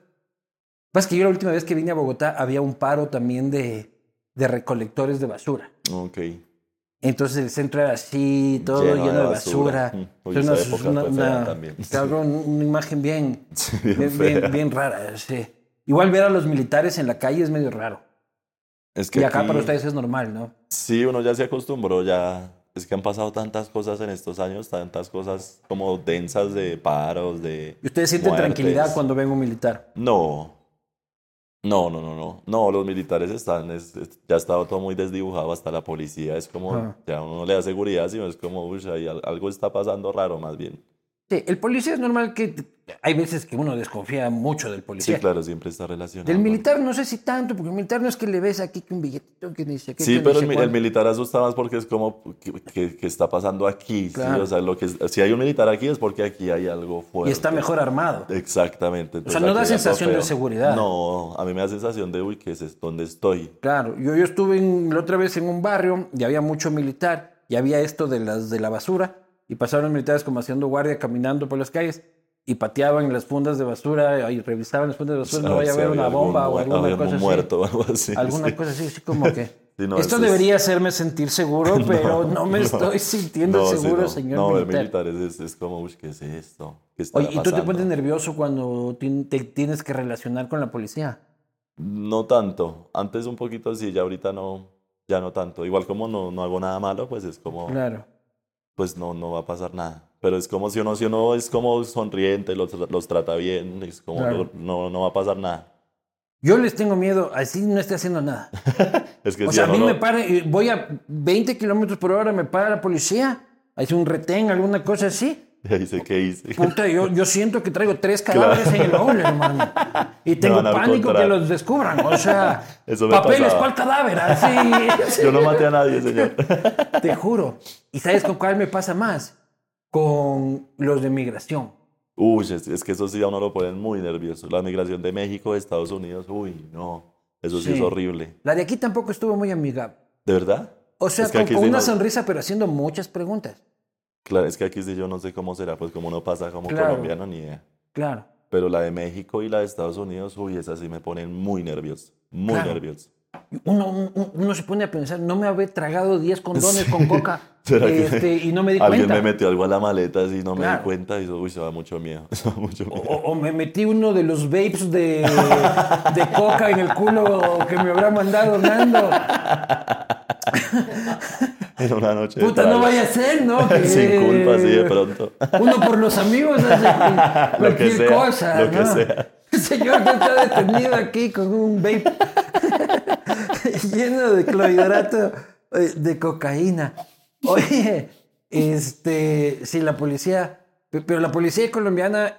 Speaker 1: Pasa que yo la última vez que vine a Bogotá había un paro también de, de recolectores de basura.
Speaker 2: Ok.
Speaker 1: Entonces el centro era así, todo lleno,
Speaker 2: Lleno
Speaker 1: de
Speaker 2: de
Speaker 1: basura.
Speaker 2: basura. Mm. Uy,
Speaker 1: Es una-
Speaker 2: esa
Speaker 1: es
Speaker 2: época
Speaker 1: una-
Speaker 2: fue fea
Speaker 1: una-
Speaker 2: también.
Speaker 1: claro, una imagen bien,
Speaker 2: Sí, bien
Speaker 1: bien,
Speaker 2: fea.
Speaker 1: bien- bien rara. sí. Igual ver a los militares en la calle es medio raro.
Speaker 2: Es que
Speaker 1: Y acá
Speaker 2: aquí-
Speaker 1: para ustedes es normal, ¿no?
Speaker 2: Sí, uno ya se acostumbró, ya. Es que han pasado tantas cosas en estos años, tantas cosas como densas de paros, de.
Speaker 1: Y ustedes sienten
Speaker 2: muertes.
Speaker 1: tranquilidad cuando ven un militar.
Speaker 2: No. No, no, no, no. No, los militares están, es- es- ya ha estado todo muy desdibujado, hasta la policía es como,
Speaker 1: Ajá.
Speaker 2: ya uno no le da seguridad, sino es como, uy, ahí al- algo está pasando raro más bien.
Speaker 1: Sí, el policía es normal que hay veces que uno desconfía mucho del
Speaker 2: Sí,
Speaker 1: policía.
Speaker 2: claro, siempre está relacionado.
Speaker 1: Del
Speaker 2: con-
Speaker 1: militar no sé si tanto, porque el militar no es que le ves aquí que un billetito que dice que
Speaker 2: Sí,
Speaker 1: que
Speaker 2: pero
Speaker 1: ni
Speaker 2: el,
Speaker 1: sé
Speaker 2: mi- el
Speaker 1: cuánto.
Speaker 2: militar asusta más porque es como, ¿qué, qué- qué está pasando aquí? Sí,
Speaker 1: Claro.
Speaker 2: o sea, lo que, es- si hay un militar aquí es porque aquí hay algo fuerte.
Speaker 1: Y está mejor armado.
Speaker 2: Exactamente. O
Speaker 1: sea, no da sensación de seguridad.
Speaker 2: No, a mí me da sensación de, uy, ¿qué es esto? ¿Dónde estoy?
Speaker 1: Claro, yo, yo estuve en- la otra vez en un barrio y había mucho militar y había esto de, las, de la basura y pasaron los militares como haciendo guardia caminando por las calles y pateaban las fundas de basura y revisaban las fundas de basura, no
Speaker 2: A ver
Speaker 1: vaya a
Speaker 2: si
Speaker 1: haber
Speaker 2: Ah, había
Speaker 1: una
Speaker 2: algún
Speaker 1: bomba o
Speaker 2: mu-
Speaker 1: alguna
Speaker 2: había
Speaker 1: cosa
Speaker 2: algún
Speaker 1: así.
Speaker 2: muerto o algo así.
Speaker 1: Alguna
Speaker 2: sí.
Speaker 1: cosa así, así como que...
Speaker 2: Sí, no,
Speaker 1: esto
Speaker 2: eso es-
Speaker 1: debería hacerme sentir seguro, pero no, me estoy sintiendo
Speaker 2: No, sí,
Speaker 1: seguro,
Speaker 2: no.
Speaker 1: señor
Speaker 2: No, el
Speaker 1: militar.
Speaker 2: militar es, es como, uy, ¿qué es esto? ¿Qué estará
Speaker 1: Oye, ¿y tú te
Speaker 2: pasando?".
Speaker 1: pones nervioso cuando ti- te tienes que relacionar con la policía?
Speaker 2: No tanto. Antes un poquito sí, ya ahorita no, ya no tanto. Igual como no, no hago nada malo, pues es como,
Speaker 1: Claro.
Speaker 2: pues no, no va a pasar nada. Pero es como si uno, si uno es como sonriente, los, los trata bien, es como,
Speaker 1: Claro.
Speaker 2: no, no va a pasar nada.
Speaker 1: Yo les tengo miedo, así no esté haciendo nada.
Speaker 2: Es que
Speaker 1: O
Speaker 2: si
Speaker 1: sea, a
Speaker 2: uno
Speaker 1: mí
Speaker 2: no-
Speaker 1: me para, y voy a 20 kilómetros por hora, me para la policía, hace un retén, alguna cosa así.
Speaker 2: dice, ¿qué hice?
Speaker 1: Puta, yo, yo siento que traigo tres cadáveres en el baúl, hermano. Y tengo
Speaker 2: van a
Speaker 1: pánico que
Speaker 2: encontrar.
Speaker 1: los descubran. O sea,
Speaker 2: Eso me
Speaker 1: papeles
Speaker 2: pasaba.
Speaker 1: para el cadáver, así.
Speaker 2: Yo no maté a nadie, señor.
Speaker 1: Te juro. ¿Y sabes con cuál me pasa más? Con los de migración.
Speaker 2: Uy, es, es que eso sí a uno lo ponen muy nervioso. La migración de México, de Estados Unidos, uy, no. Eso sí, es
Speaker 1: Sí.
Speaker 2: horrible.
Speaker 1: La de aquí tampoco estuvo muy amigable.
Speaker 2: ¿De verdad?
Speaker 1: O sea,
Speaker 2: Es que
Speaker 1: con,
Speaker 2: aquí
Speaker 1: con
Speaker 2: sí
Speaker 1: una
Speaker 2: nos-
Speaker 1: sonrisa, pero haciendo muchas preguntas.
Speaker 2: Claro, es que aquí sí yo no sé cómo será, pues como uno pasa como
Speaker 1: Claro.
Speaker 2: colombiano, ni idea.
Speaker 1: Claro.
Speaker 2: Pero la de México y la de Estados Unidos, uy, esas sí me ponen muy nervioso, muy
Speaker 1: Claro.
Speaker 2: nervioso.
Speaker 1: Uno, uno- uno se pone a pensar, no me habré tragado 10 condones con coca
Speaker 2: ¿Será que
Speaker 1: este, y no me di
Speaker 2: Alguien
Speaker 1: cuenta.
Speaker 2: me metió algo a la maleta así no me
Speaker 1: Claro. Oh.
Speaker 2: di cuenta y eso, uy, eso da mucho miedo, eso da mucho miedo.
Speaker 1: O, o me metí uno de los vapes de, de coca en el culo que me habrá mandado Nando.
Speaker 2: en una noche. de
Speaker 1: Puta, no
Speaker 2: tragos.
Speaker 1: vaya a ser, ¿no?
Speaker 2: Sin culpa, sí, de
Speaker 1: Que-
Speaker 2: pronto.
Speaker 1: Uno por los amigos hace
Speaker 2: Lo que
Speaker 1: cualquier
Speaker 2: sea,
Speaker 1: cosa.
Speaker 2: lo que
Speaker 1: ¿no?
Speaker 2: sea.
Speaker 1: Señor que está detenido aquí con un vape lleno de clorhidrato eh, de cocaína. Oye, este, si la policía, pe- pero la policía colombiana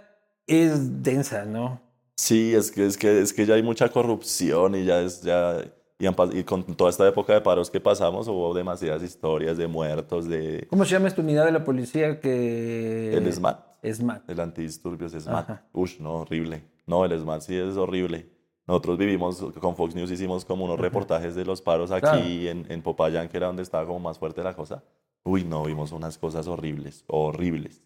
Speaker 1: es densa, ¿no?
Speaker 2: Sí, es que, es que, es que ya hay mucha corrupción y ya es, ya, y, han pas- y con toda esta época de paros que pasamos hubo demasiadas historias de muertos, de
Speaker 1: ¿Cómo se llama esta unidad de la policía que
Speaker 2: el SMAT,
Speaker 1: SMAT.
Speaker 2: el antidisturbios SMAT.
Speaker 1: Ajá.
Speaker 2: Ush, no, horrible. No, el SMAT sí es horrible. Nosotros vivimos, con Fox News hicimos como unos reportajes de los paros aquí
Speaker 1: Claro.
Speaker 2: en, en Popayán, que era donde estaba como más fuerte la cosa. Uy, no, vimos unas cosas horribles, horribles.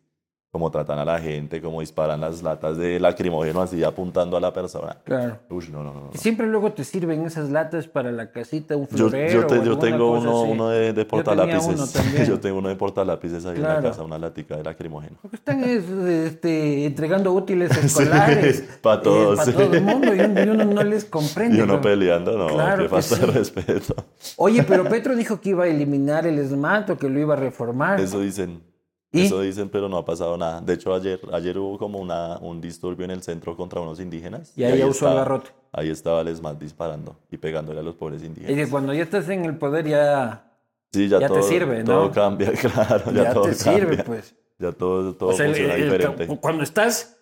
Speaker 2: Cómo tratan a la gente, cómo disparan las latas de lacrimógeno así apuntando a la persona.
Speaker 1: Claro.
Speaker 2: Uy, no, no, no. no.
Speaker 1: Y Siempre luego te sirven esas latas para la casita, un
Speaker 2: Yo,
Speaker 1: florero.
Speaker 2: yo te-
Speaker 1: o
Speaker 2: yo
Speaker 1: alguna
Speaker 2: tengo
Speaker 1: cosa
Speaker 2: uno,
Speaker 1: así.
Speaker 2: uno de, de
Speaker 1: Yo tenía uno
Speaker 2: portalápices. Yo,
Speaker 1: también.
Speaker 2: tengo uno de portalápices ahí en
Speaker 1: Claro.
Speaker 2: la casa, una latica de lacrimógeno.
Speaker 1: Porque están es, este, entregando útiles escolares
Speaker 2: pa' todos,
Speaker 1: para
Speaker 2: sí.
Speaker 1: todo el mundo y uno, y uno no les comprende.
Speaker 2: Y uno
Speaker 1: ¿no?
Speaker 2: peleando, no,
Speaker 1: Claro
Speaker 2: qué
Speaker 1: que
Speaker 2: falta de
Speaker 1: sí.
Speaker 2: respeto.
Speaker 1: Oye, pero Petro dijo que iba a eliminar el SMAT o que lo iba a reformar.
Speaker 2: Eso dicen.
Speaker 1: ¿Y?
Speaker 2: Eso dicen, pero no ha pasado nada. De hecho, ayer, ayer hubo como una, un disturbio en el centro contra unos indígenas.
Speaker 1: Y ahí ya usó el
Speaker 2: estaba-
Speaker 1: garrote.
Speaker 2: Ahí estaba el ESMAD disparando y pegándole a los pobres
Speaker 1: Y
Speaker 2: indígenas.
Speaker 1: que cuando ya estás en el poder ya,
Speaker 2: Sí, ya,
Speaker 1: ya te
Speaker 2: todo,
Speaker 1: sirve, ¿no?
Speaker 2: todo cambia, claro. Ya,
Speaker 1: ya
Speaker 2: todo
Speaker 1: te sirve,
Speaker 2: cambia.
Speaker 1: pues.
Speaker 2: Ya todo, todo
Speaker 1: O sea, el-
Speaker 2: funciona
Speaker 1: el- el-
Speaker 2: diferente.
Speaker 1: cuando estás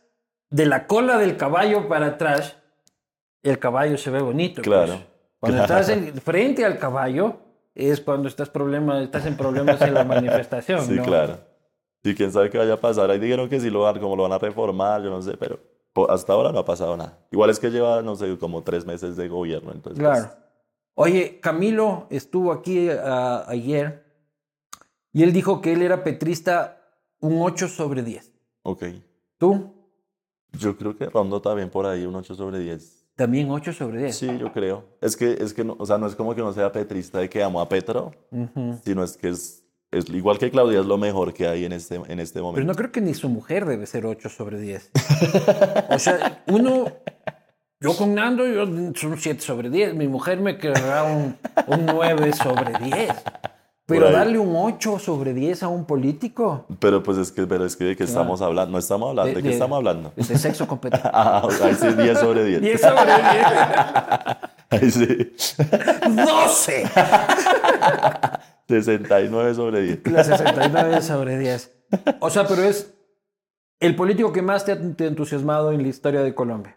Speaker 1: de la cola del caballo para atrás, el caballo se ve bonito. pues.
Speaker 2: Claro,
Speaker 1: Cuando
Speaker 2: claro.
Speaker 1: estás en- frente al caballo es cuando estás, problema, estás en problemas en la manifestación.
Speaker 2: Sí,
Speaker 1: ¿no?
Speaker 2: claro. Y quién sabe qué vaya a pasar. Ahí dijeron que sí lo van, como lo van a reformar, yo no sé, pero po- hasta ahora no ha pasado nada. Igual es que lleva, no sé, como tres meses de gobierno, entonces. pues,
Speaker 1: Claro. Oye, Camilo estuvo aquí ah, ayer y él dijo que él era petrista un 8 sobre 10.
Speaker 2: ok.
Speaker 1: ¿Tú?
Speaker 2: Yo creo que Rondo también por ahí, un 8 sobre 10.
Speaker 1: También 8 sobre 10.
Speaker 2: Sí, yo creo. Es que, es que no, o sea, no es como que no sea petrista de que amo a Petro,
Speaker 1: Ujú.
Speaker 2: sino es que es, es igual que Claudia, es lo mejor que hay en este, en este
Speaker 1: Pero
Speaker 2: momento.
Speaker 1: no creo que ni su mujer debe ser 8 sobre 10. O sea, uno, yo con Nando, yo son 7 sobre 10. Mi mujer me querrá un, un 9 sobre 10. Pero
Speaker 2: ahí.
Speaker 1: darle un 8 sobre 10 a un político
Speaker 2: Pero pues es que, pero es que de qué estamos hablando. No estamos hablando,
Speaker 1: De-
Speaker 2: ¿de, qué
Speaker 1: de-
Speaker 2: estamos hablando?
Speaker 1: de sexo competente.
Speaker 2: Ah, ahí sí es 10 sobre 10.
Speaker 1: 10 sobre 10.
Speaker 2: Ahí sí,
Speaker 1: 12.
Speaker 2: 69 sobre 10.
Speaker 1: La 69 sobre 10. O sea, pero es el político que más te ha te ha entusiasmado en la historia de Colombia.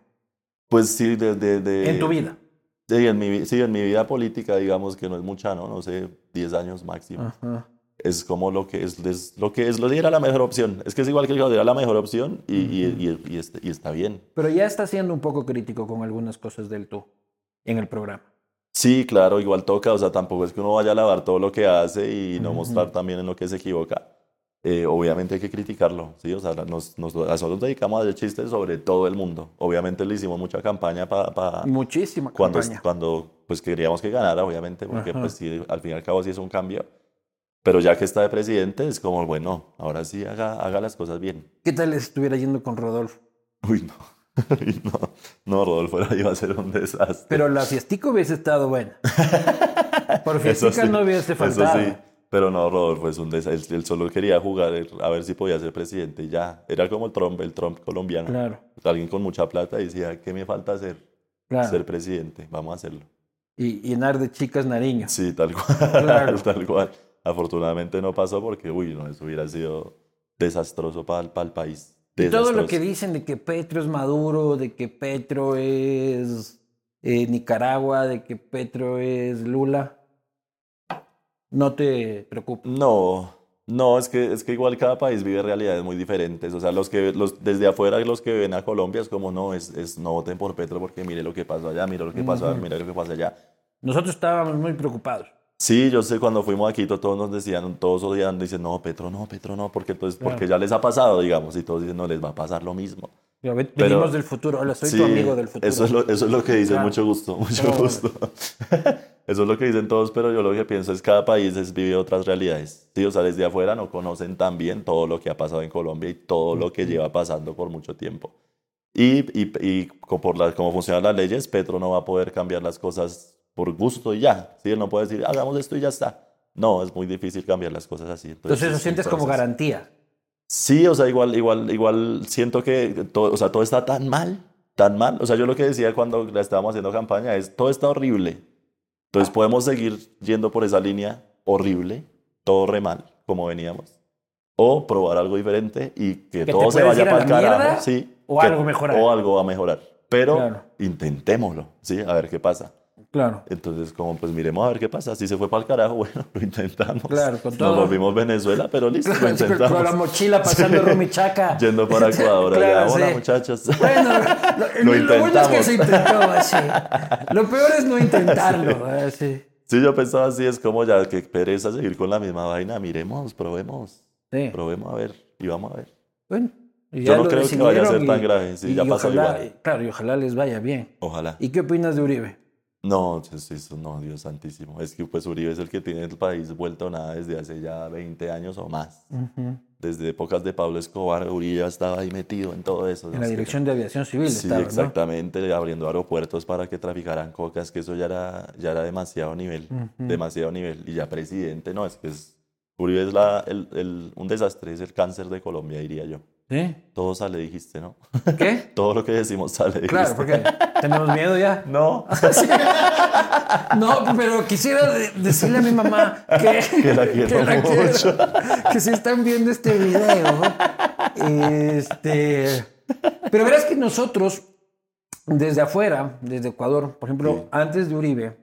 Speaker 2: Pues sí, de, de- de-
Speaker 1: en tu vida.
Speaker 2: Sí en, mi, vi- sí, en mi vida política, digamos que no es mucha, ¿no? No sé, 10 años máximo.
Speaker 1: Ajá.
Speaker 2: Es como lo que es, es lo que es, lo era la mejor opción. Es que es igual que era la mejor opción y, y- y- y este- y está bien.
Speaker 1: Pero ya está siendo un poco crítico con algunas cosas del tú en el programa.
Speaker 2: Sí, claro, igual toca, o sea, tampoco es que uno vaya a lavar todo lo que hace y no mostrar también en lo que se equivoca. Eh, obviamente hay que criticarlo, ¿sí? O sea, nos, nos- nosotros dedicamos a hacer chistes sobre todo el mundo. Obviamente le hicimos mucha campaña para
Speaker 1: Muchísima
Speaker 2: Ah, cuando, es-
Speaker 1: campaña.
Speaker 2: cuando pues queríamos que ganara, obviamente, porque pues sí, al fin y al cabo sí es un cambio. Pero ya que está de presidente, es como, bueno, ahora sí haga, haga las cosas bien.
Speaker 1: ¿Qué tal les estuviera yendo con Rodolfo?
Speaker 2: Uy, no. Uy, no. No, Rodolfo, era- iba a ser un desastre.
Speaker 1: Pero la fiestica hubiese estado buena. Por
Speaker 2: Eso
Speaker 1: fiestica
Speaker 2: sí,
Speaker 1: no hubiese
Speaker 2: eso
Speaker 1: faltado.
Speaker 2: sí. Pero no, Rodolfo, es un desastre. Él, él solo quería jugar él, a ver si podía ser presidente y ya. Era como el Trump, el Trump colombiano.
Speaker 1: Claro,
Speaker 2: Alguien con mucha plata decía, ¿qué me falta hacer?
Speaker 1: claro.
Speaker 2: Ser presidente, vamos a hacerlo.
Speaker 1: Y llenar de chicas Nariño.
Speaker 2: Sí, tal cual,
Speaker 1: Claro.
Speaker 2: tal cual. Afortunadamente no pasó porque, uy, no, eso hubiera sido desastroso para el país.
Speaker 1: Y todo lo
Speaker 2: Desastroso.
Speaker 1: que dicen de que Petro es Maduro, de que Petro es eh, Nicaragua, de que Petro es Lula, no te preocupes.
Speaker 2: No, no, es que, es que igual cada país vive realidades muy diferentes. O sea, los que, los, desde afuera, los que ven a Colombia es como, no, es, es no voten por Petro porque mire lo que pasó allá, mire lo que pasó, mire lo que pasó allá.
Speaker 1: Nosotros estábamos muy preocupados.
Speaker 2: Sí, yo sé, cuando fuimos a Quito todos nos decían, todos odiando, dicen, no, Petro no, Petro no, porque, entonces, porque ya les ha pasado, digamos, y todos dicen, no, les va a pasar lo mismo.
Speaker 1: Ya ve-
Speaker 2: Pero-
Speaker 1: Venimos del futuro. Hola, soy tu amigo del futuro.
Speaker 2: Eso es lo, eso es lo que dicen,
Speaker 1: Claro.
Speaker 2: mucho gusto, mucho
Speaker 1: Pero bueno.
Speaker 2: gusto. eso es lo que dicen todos, pero yo lo que pienso es cada país es vive otras realidades. Sí, o sea, desde afuera no conocen tan bien todo lo que ha pasado en Colombia y todo lo que lleva pasando por mucho tiempo. Y, y, y co- por la, como funcionan las leyes, Petro no va a poder cambiar las cosas por gusto y ya. ¿sí? Él no puede decir, hagamos esto y ya está. No, es muy difícil cambiar las cosas así.
Speaker 1: Entonces lo
Speaker 2: es un
Speaker 1: sientes como
Speaker 2: proceso.
Speaker 1: garantía.
Speaker 2: Sí, o sea, igual, igual, igual siento que todo, o sea, todo está tan mal, tan mal. O sea, yo lo que decía cuando la estábamos haciendo campaña es, todo está horrible. Entonces podemos seguir yendo por esa línea horrible, todo re mal, como veníamos. O probar algo diferente y que,
Speaker 1: te
Speaker 2: todo se
Speaker 1: puedes
Speaker 2: vaya
Speaker 1: ir a
Speaker 2: para el
Speaker 1: la
Speaker 2: carajo.
Speaker 1: mierda
Speaker 2: sí,
Speaker 1: o
Speaker 2: que-
Speaker 1: algo mejorar.
Speaker 2: O algo va a mejorar. Pero
Speaker 1: Claro.
Speaker 2: intentémoslo, ¿sí? A ver qué pasa.
Speaker 1: Claro.
Speaker 2: Entonces, como pues miremos a ver qué pasa. Si se fue para el carajo, bueno, lo intentamos.
Speaker 1: Claro, con todo.
Speaker 2: Nos volvimos Venezuela, pero listo, lo intentamos.
Speaker 1: Con la mochila pasando
Speaker 2: Sí.
Speaker 1: rumichaca.
Speaker 2: Yendo para Ecuador. allá,
Speaker 1: Claro,
Speaker 2: Hola,
Speaker 1: sí.
Speaker 2: muchachos.
Speaker 1: Bueno, lo,
Speaker 2: Lo
Speaker 1: lo bueno es que se
Speaker 2: intentamos.
Speaker 1: intentó así. Lo peor es no intentarlo. así.
Speaker 2: Sí, yo pensaba así, es como ya que pereza seguir con la misma vaina. Miremos, probemos,
Speaker 1: Sí.
Speaker 2: probemos a ver y vamos a ver.
Speaker 1: Bueno, y
Speaker 2: Yo
Speaker 1: ya
Speaker 2: no
Speaker 1: lo
Speaker 2: creo que vaya a
Speaker 1: decidieron
Speaker 2: ser tan grave, sí, ya pasó
Speaker 1: ojalá,
Speaker 2: igual.
Speaker 1: Claro, y ojalá les vaya bien.
Speaker 2: Ojalá.
Speaker 1: ¿Y qué opinas de Uribe?
Speaker 2: No, eso- eso no, Dios santísimo. Es que pues Uribe es el que tiene el país vuelto a nada desde hace ya 20 años o más. Desde épocas de Pablo Escobar, Uribe ya estaba ahí metido en todo eso.
Speaker 1: En
Speaker 2: no
Speaker 1: la
Speaker 2: sé.
Speaker 1: dirección de aviación civil.
Speaker 2: Sí,
Speaker 1: estaba, ¿no?
Speaker 2: exactamente, abriendo aeropuertos para que traficaran cocas, que eso ya era, ya era demasiado nivel, demasiado nivel. Y ya presidente, no, es que es, Uribe es la, el- el- un desastre, es el cáncer de Colombia, diría yo.
Speaker 1: ¿Sí?
Speaker 2: Todo sale, dijiste, ¿no?
Speaker 1: ¿Qué?
Speaker 2: Todo lo que decimos sale,
Speaker 1: Claro,
Speaker 2: dijiste.
Speaker 1: porque tenemos miedo ya.
Speaker 2: No,
Speaker 1: No, pero quisiera de- decirle a mi mamá que,
Speaker 2: Que la quiero mucho.
Speaker 1: que si están viendo este video. Este. Pero verás que nosotros, desde afuera, desde Ecuador, por ejemplo,
Speaker 2: Sí.
Speaker 1: antes de Uribe,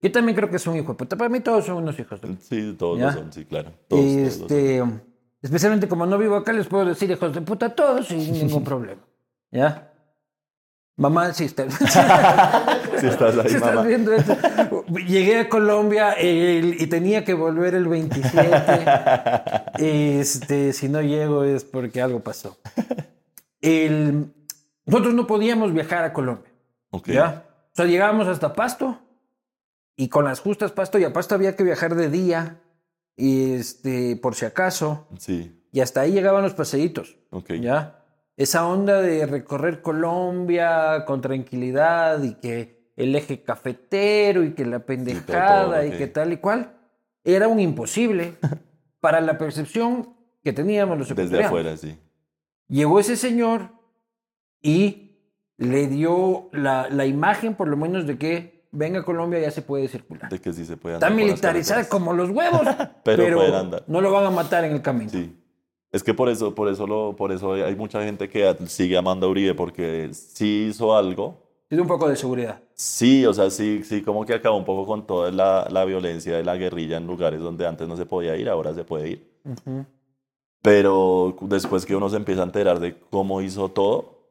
Speaker 1: yo también creo que es un hijo de puta. Para mí todos son unos hijos de puta.
Speaker 2: sí, todos
Speaker 1: Ya.
Speaker 2: lo son, sí, claro. Todos, todos lo son.
Speaker 1: este, especialmente como no vivo acá, les puedo decir hijos de puta a todos sin ningún problema. ¿Ya? Mamá, sí, está.
Speaker 2: Si estás ahí,
Speaker 1: Si estás
Speaker 2: mamá.
Speaker 1: viendo esto. Llegué a Colombia el- y tenía que volver el 27. Este, si no llego es porque algo pasó. El- nosotros no podíamos viajar a Colombia.
Speaker 2: Ok.
Speaker 1: ¿ya? O sea, llegábamos hasta Pasto y con las justas Pasto y a Pasto había que viajar de día, este, por si acaso,
Speaker 2: Sí,
Speaker 1: y hasta ahí llegaban los paseitos.
Speaker 2: ok.
Speaker 1: ¿Ya? Esa onda de recorrer Colombia con tranquilidad y que el eje cafetero y que la pendejada y
Speaker 2: ok.
Speaker 1: que tal y cual era un imposible para la percepción que teníamos los
Speaker 2: Desde
Speaker 1: ecuatorianos.
Speaker 2: afuera, sí.
Speaker 1: Llegó ese señor y le dio la, la imagen, por lo menos, de que venga a Colombia ya se puede circular.
Speaker 2: De que sí se puede
Speaker 1: Está
Speaker 2: andar por las
Speaker 1: militarizada
Speaker 2: carreteras.
Speaker 1: como los huevos, pero,
Speaker 2: Pero pueden andar.
Speaker 1: no lo van a matar en el camino.
Speaker 2: Sí. Es que por eso, por eso, lo, por eso hay mucha gente que a- sigue amando a Uribe, porque sí hizo algo.
Speaker 1: Es un poco de seguridad.
Speaker 2: Sí, o sea, sí, sí, como que acabó un poco con toda la, la violencia de la guerrilla en lugares donde antes no se podía ir, ahora se puede ir. Pero después que uno se empieza a enterar de cómo hizo todo,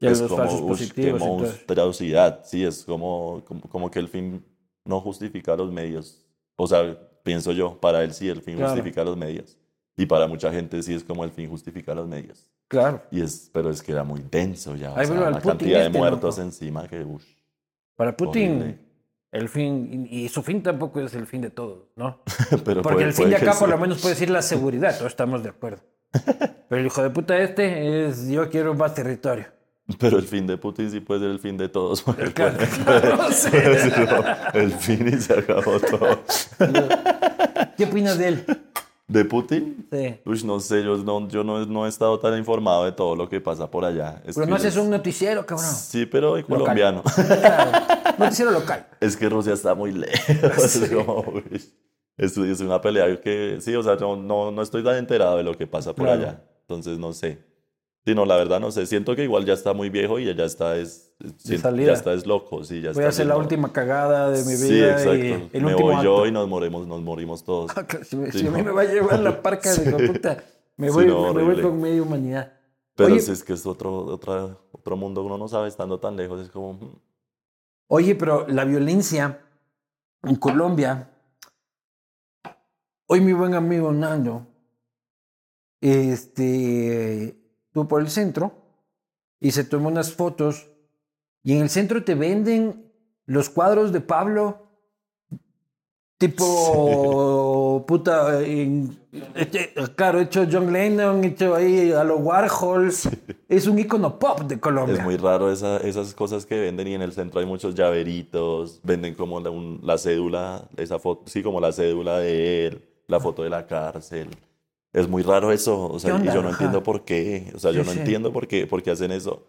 Speaker 1: Ya
Speaker 2: es
Speaker 1: los
Speaker 2: como,
Speaker 1: falsos
Speaker 2: "Ush, qué
Speaker 1: positivos y todo eso".
Speaker 2: monstruosidad. Sí, es como, como, como que el fin no justifica los medios. O sea, pienso yo, para él sí, el fin
Speaker 1: Claro.
Speaker 2: justifica los medios. Y para mucha gente sí es como el fin justifica los medios.
Speaker 1: Claro.
Speaker 2: Y es, pero es que era muy denso ya. o
Speaker 1: Ahí
Speaker 2: sea,
Speaker 1: vuelve al
Speaker 2: la
Speaker 1: Putin
Speaker 2: cantidad
Speaker 1: este,
Speaker 2: de muertos
Speaker 1: loco.
Speaker 2: encima que. ush,
Speaker 1: Para Putin,
Speaker 2: horrible.
Speaker 1: el fin, y y su fin tampoco es el fin de todo, ¿no?
Speaker 2: Pero
Speaker 1: Porque
Speaker 2: puede-
Speaker 1: el fin
Speaker 2: puede
Speaker 1: de
Speaker 2: que
Speaker 1: acá, por
Speaker 2: sí.
Speaker 1: lo menos, puede decir la seguridad, todos estamos de acuerdo. Pero el hijo de puta este es: yo quiero más territorio.
Speaker 2: Pero el fin de Putin sí puede ser el fin de todos. porque
Speaker 1: Claro,
Speaker 2: puede-
Speaker 1: no sé.
Speaker 2: puede ser como el fin y se acabó todo.
Speaker 1: ¿Qué opinas de él?
Speaker 2: ¿De Putin?
Speaker 1: Sí.
Speaker 2: Uy, no sé, yo, no, yo no, no he estado tan informado de todo lo que pasa por allá. Es
Speaker 1: Pero
Speaker 2: que
Speaker 1: no
Speaker 2: yo-
Speaker 1: haces un noticiero, cabrón.
Speaker 2: Sí, pero de colombiano.
Speaker 1: Claro, noticiero local.
Speaker 2: Es que Rusia está muy lejos.
Speaker 1: Sí.
Speaker 2: Es, como, uy, es- es una pelea que, sí, o sea, yo no, no estoy tan enterado de lo que pasa por
Speaker 1: Claro.
Speaker 2: allá. Entonces, no sé. Sí, no, la verdad no sé. Siento que igual ya está muy viejo y ya está es, siento-
Speaker 1: salida.
Speaker 2: ya está es loco. Sí, ya
Speaker 1: Voy
Speaker 2: está
Speaker 1: a hacer la
Speaker 2: loco.
Speaker 1: última cagada de mi
Speaker 2: Sí,
Speaker 1: vida
Speaker 2: exacto.
Speaker 1: y el
Speaker 2: me
Speaker 1: último
Speaker 2: voy yo
Speaker 1: acto. Ah,
Speaker 2: y nos morimos, nos morimos todos.
Speaker 1: Si, me-
Speaker 2: Sí,
Speaker 1: si a mí
Speaker 2: no.
Speaker 1: me va a llevar la parca de hijo de puta, me
Speaker 2: Sí,
Speaker 1: voy,
Speaker 2: no,
Speaker 1: me voy
Speaker 2: horrible.
Speaker 1: con media humanidad.
Speaker 2: Pero
Speaker 1: Oye,
Speaker 2: si es que es otro, otra, otro mundo, uno no sabe estando tan lejos, es como... mm,
Speaker 1: Oye, pero la violencia en Colombia. Hoy mi buen amigo Nando, este, estuvo por el centro y se tomó unas fotos y en el centro te venden los cuadros de Pablo Tipo, puta, en- este, claro, hecho John Lennon, hecho ahí a los Warhols. Es un icono pop de Colombia.
Speaker 2: Es muy raro esa- esas cosas que venden y en el centro hay muchos llaveritos, venden como la, un- la cédula, esa foto, sí, como la cédula de él, la foto de la cárcel. Es muy raro eso, o sea,
Speaker 1: ¿Qué
Speaker 2: y
Speaker 1: onda?
Speaker 2: yo no
Speaker 1: Ajá.
Speaker 2: entiendo por qué, o sea, yo
Speaker 1: Sí,
Speaker 2: no
Speaker 1: sí.
Speaker 2: entiendo por qué, por qué hacen eso.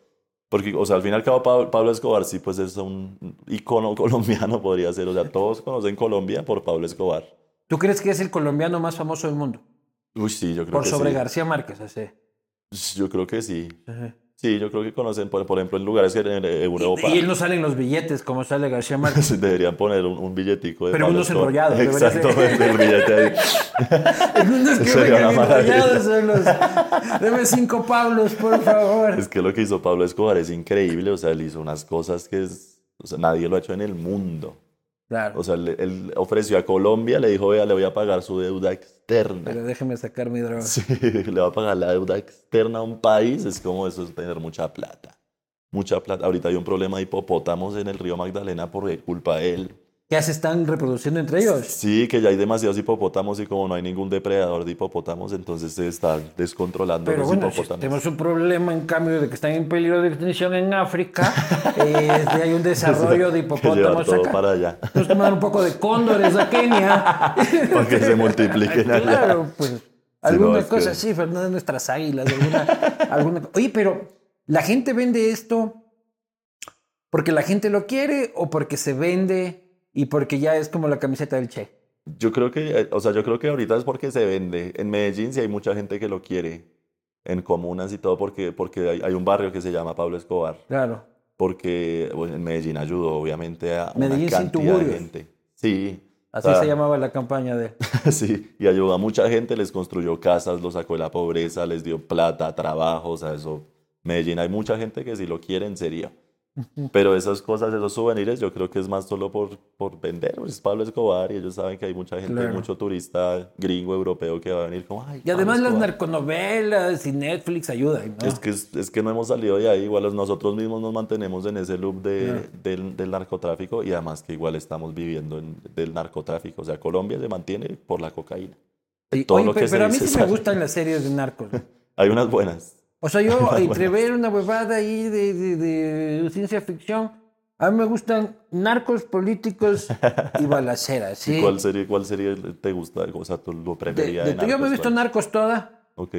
Speaker 2: Porque, o sea, al fin y al cabo, Pablo, Pablo Escobar sí, pues es un icono colombiano, podría ser. O sea, todos conocen Colombia por Pablo Escobar.
Speaker 1: ¿Tú crees que es el colombiano más famoso del mundo?
Speaker 2: Uy, sí, yo creo
Speaker 1: Por
Speaker 2: que
Speaker 1: sobre
Speaker 2: sí.
Speaker 1: García Márquez, así.
Speaker 2: Yo creo que sí.
Speaker 1: Ajá.
Speaker 2: Sí, yo creo que conocen, por, por ejemplo, en lugares que en eh, Europa.
Speaker 1: Y, y él no sale en los billetes como sale García Márquez.
Speaker 2: Sí, Deberían poner un, un billetico de
Speaker 1: Pero
Speaker 2: Pablo
Speaker 1: unos
Speaker 2: Escobar.
Speaker 1: enrollados, debería ser.
Speaker 2: Exactamente, el billete ahí.
Speaker 1: Unos que
Speaker 2: Sería
Speaker 1: vengan
Speaker 2: una maravilla.
Speaker 1: enrollados son los- Deme cinco Pablos, por favor.
Speaker 2: Es que lo que hizo Pablo Escobar es increíble. O sea, él hizo unas cosas que es- o sea, nadie lo ha hecho en el mundo.
Speaker 1: Claro.
Speaker 2: O sea, le- él ofreció a Colombia, le dijo, vea, le voy a pagar su deuda externa.
Speaker 1: Pero déjeme sacar mi droga.
Speaker 2: Sí, le va a pagar la deuda externa a un país. Es como eso, es tener mucha plata. Mucha plata. Ahorita hay un problema de hipopótamos en el río Magdalena por culpa de él.
Speaker 1: ¿Ya se están reproduciendo entre ellos?
Speaker 2: Sí, que ya hay demasiados hipopótamos y como no hay ningún depredador de hipopótamos, entonces se están descontrolando
Speaker 1: Pero
Speaker 2: los
Speaker 1: bueno, si
Speaker 2: hipopótamos.
Speaker 1: tenemos un problema en cambio de que están en peligro de extinción en África. eh, este, hay un desarrollo de
Speaker 2: que llevar
Speaker 1: hipopótamos
Speaker 2: todo
Speaker 1: acá.
Speaker 2: para allá,
Speaker 1: Nos mandan un poco de cóndores a Kenia.
Speaker 2: para que se multipliquen allá.
Speaker 1: Claro, pues. Alguna
Speaker 2: no, es
Speaker 1: cosa
Speaker 2: que-
Speaker 1: así, Fernando, nuestras águilas. Alguna, alguna... Oye, pero la gente vende esto porque la gente lo quiere o porque se vende y porque ya es como la camiseta del Che.
Speaker 2: Yo creo que, eh, o sea, yo creo que ahorita es porque se vende. En Medellín sí hay mucha gente que lo quiere, en comunas y todo, porque, porque hay, hay un barrio que se llama Pablo Escobar,
Speaker 1: Claro.
Speaker 2: porque bueno, en Medellín ayudó obviamente a una
Speaker 1: Medellín sin
Speaker 2: cantidad de
Speaker 1: tugurios.
Speaker 2: gente. Sí,
Speaker 1: Así
Speaker 2: Ah.
Speaker 1: se llamaba la campaña de.
Speaker 2: Sí, y ayudó a mucha gente, les construyó casas, los sacó de la pobreza, les dio plata, trabajo, o sea, eso. Medellín hay mucha gente que si lo quiere en serio. Pero esas cosas, esos souvenirs, yo creo que es más solo por, por vender. pues, Es Pablo Escobar y ellos saben que hay mucha gente,
Speaker 1: Claro.
Speaker 2: mucho turista gringo, europeo que va a venir como, ay,
Speaker 1: Y además
Speaker 2: Pablo
Speaker 1: las ah.
Speaker 2: Escobar".
Speaker 1: narconovelas y Netflix ayudan, ¿no?
Speaker 2: Es que, es, es que no hemos salido de ahí, igual nosotros mismos nos mantenemos en ese loop de- del, del narcotráfico y además que igual estamos viviendo en- del narcotráfico. O sea, Colombia se mantiene por la cocaína.
Speaker 1: Sí.
Speaker 2: todo
Speaker 1: Oye,
Speaker 2: lo que
Speaker 1: pe-
Speaker 2: se
Speaker 1: pero a mí
Speaker 2: dice
Speaker 1: sí me
Speaker 2: sale.
Speaker 1: gustan las series de narcos.
Speaker 2: Hay unas buenas.
Speaker 1: O sea, yo entre ver una huevada ahí de, de- de ciencia ficción, a mí me gustan narcos, políticos y balaceras. ¿sí?
Speaker 2: ¿Cuál sería, cuál sería el- te gusta? O sea, tú lo
Speaker 1: De-
Speaker 2: preferirías
Speaker 1: de-
Speaker 2: en pues,
Speaker 1: yo me he
Speaker 2: Narcos,
Speaker 1: visto
Speaker 2: ¿cuál?
Speaker 1: narcos toda.
Speaker 2: Ok.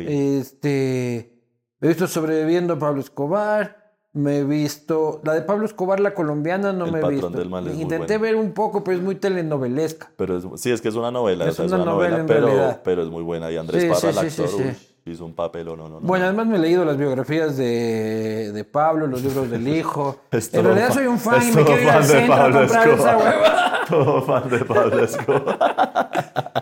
Speaker 1: Este, me he visto sobreviviendo a Pablo Escobar. Me he visto. La de Pablo Escobar, la colombiana, no
Speaker 2: El
Speaker 1: me he
Speaker 2: patrón
Speaker 1: visto.
Speaker 2: del mal es muy
Speaker 1: Intenté
Speaker 2: buena.
Speaker 1: ver un poco, pero es muy telenovelesca.
Speaker 2: Pero es- sí, es que es una novela,
Speaker 1: es
Speaker 2: o sea, es
Speaker 1: una
Speaker 2: una,
Speaker 1: novela
Speaker 2: novela,
Speaker 1: en realidad.
Speaker 2: pero, pero es muy buena. Y Andrés
Speaker 1: Sí, sí,
Speaker 2: Parra,
Speaker 1: sí,
Speaker 2: el
Speaker 1: sí,
Speaker 2: actor,
Speaker 1: sí.
Speaker 2: uy, hizo un papel o no, no, no.
Speaker 1: Bueno, además me he leído las biografías de, de Pablo, los libros del hijo.
Speaker 2: Es
Speaker 1: en
Speaker 2: todo
Speaker 1: realidad
Speaker 2: fa-
Speaker 1: soy un fan y
Speaker 2: es
Speaker 1: me
Speaker 2: todo
Speaker 1: quiero ir al
Speaker 2: fan de
Speaker 1: centro a
Speaker 2: Pablo
Speaker 1: comprar esa
Speaker 2: Escobar.
Speaker 1: hueva.
Speaker 2: Todo fan de Pablo Escobar.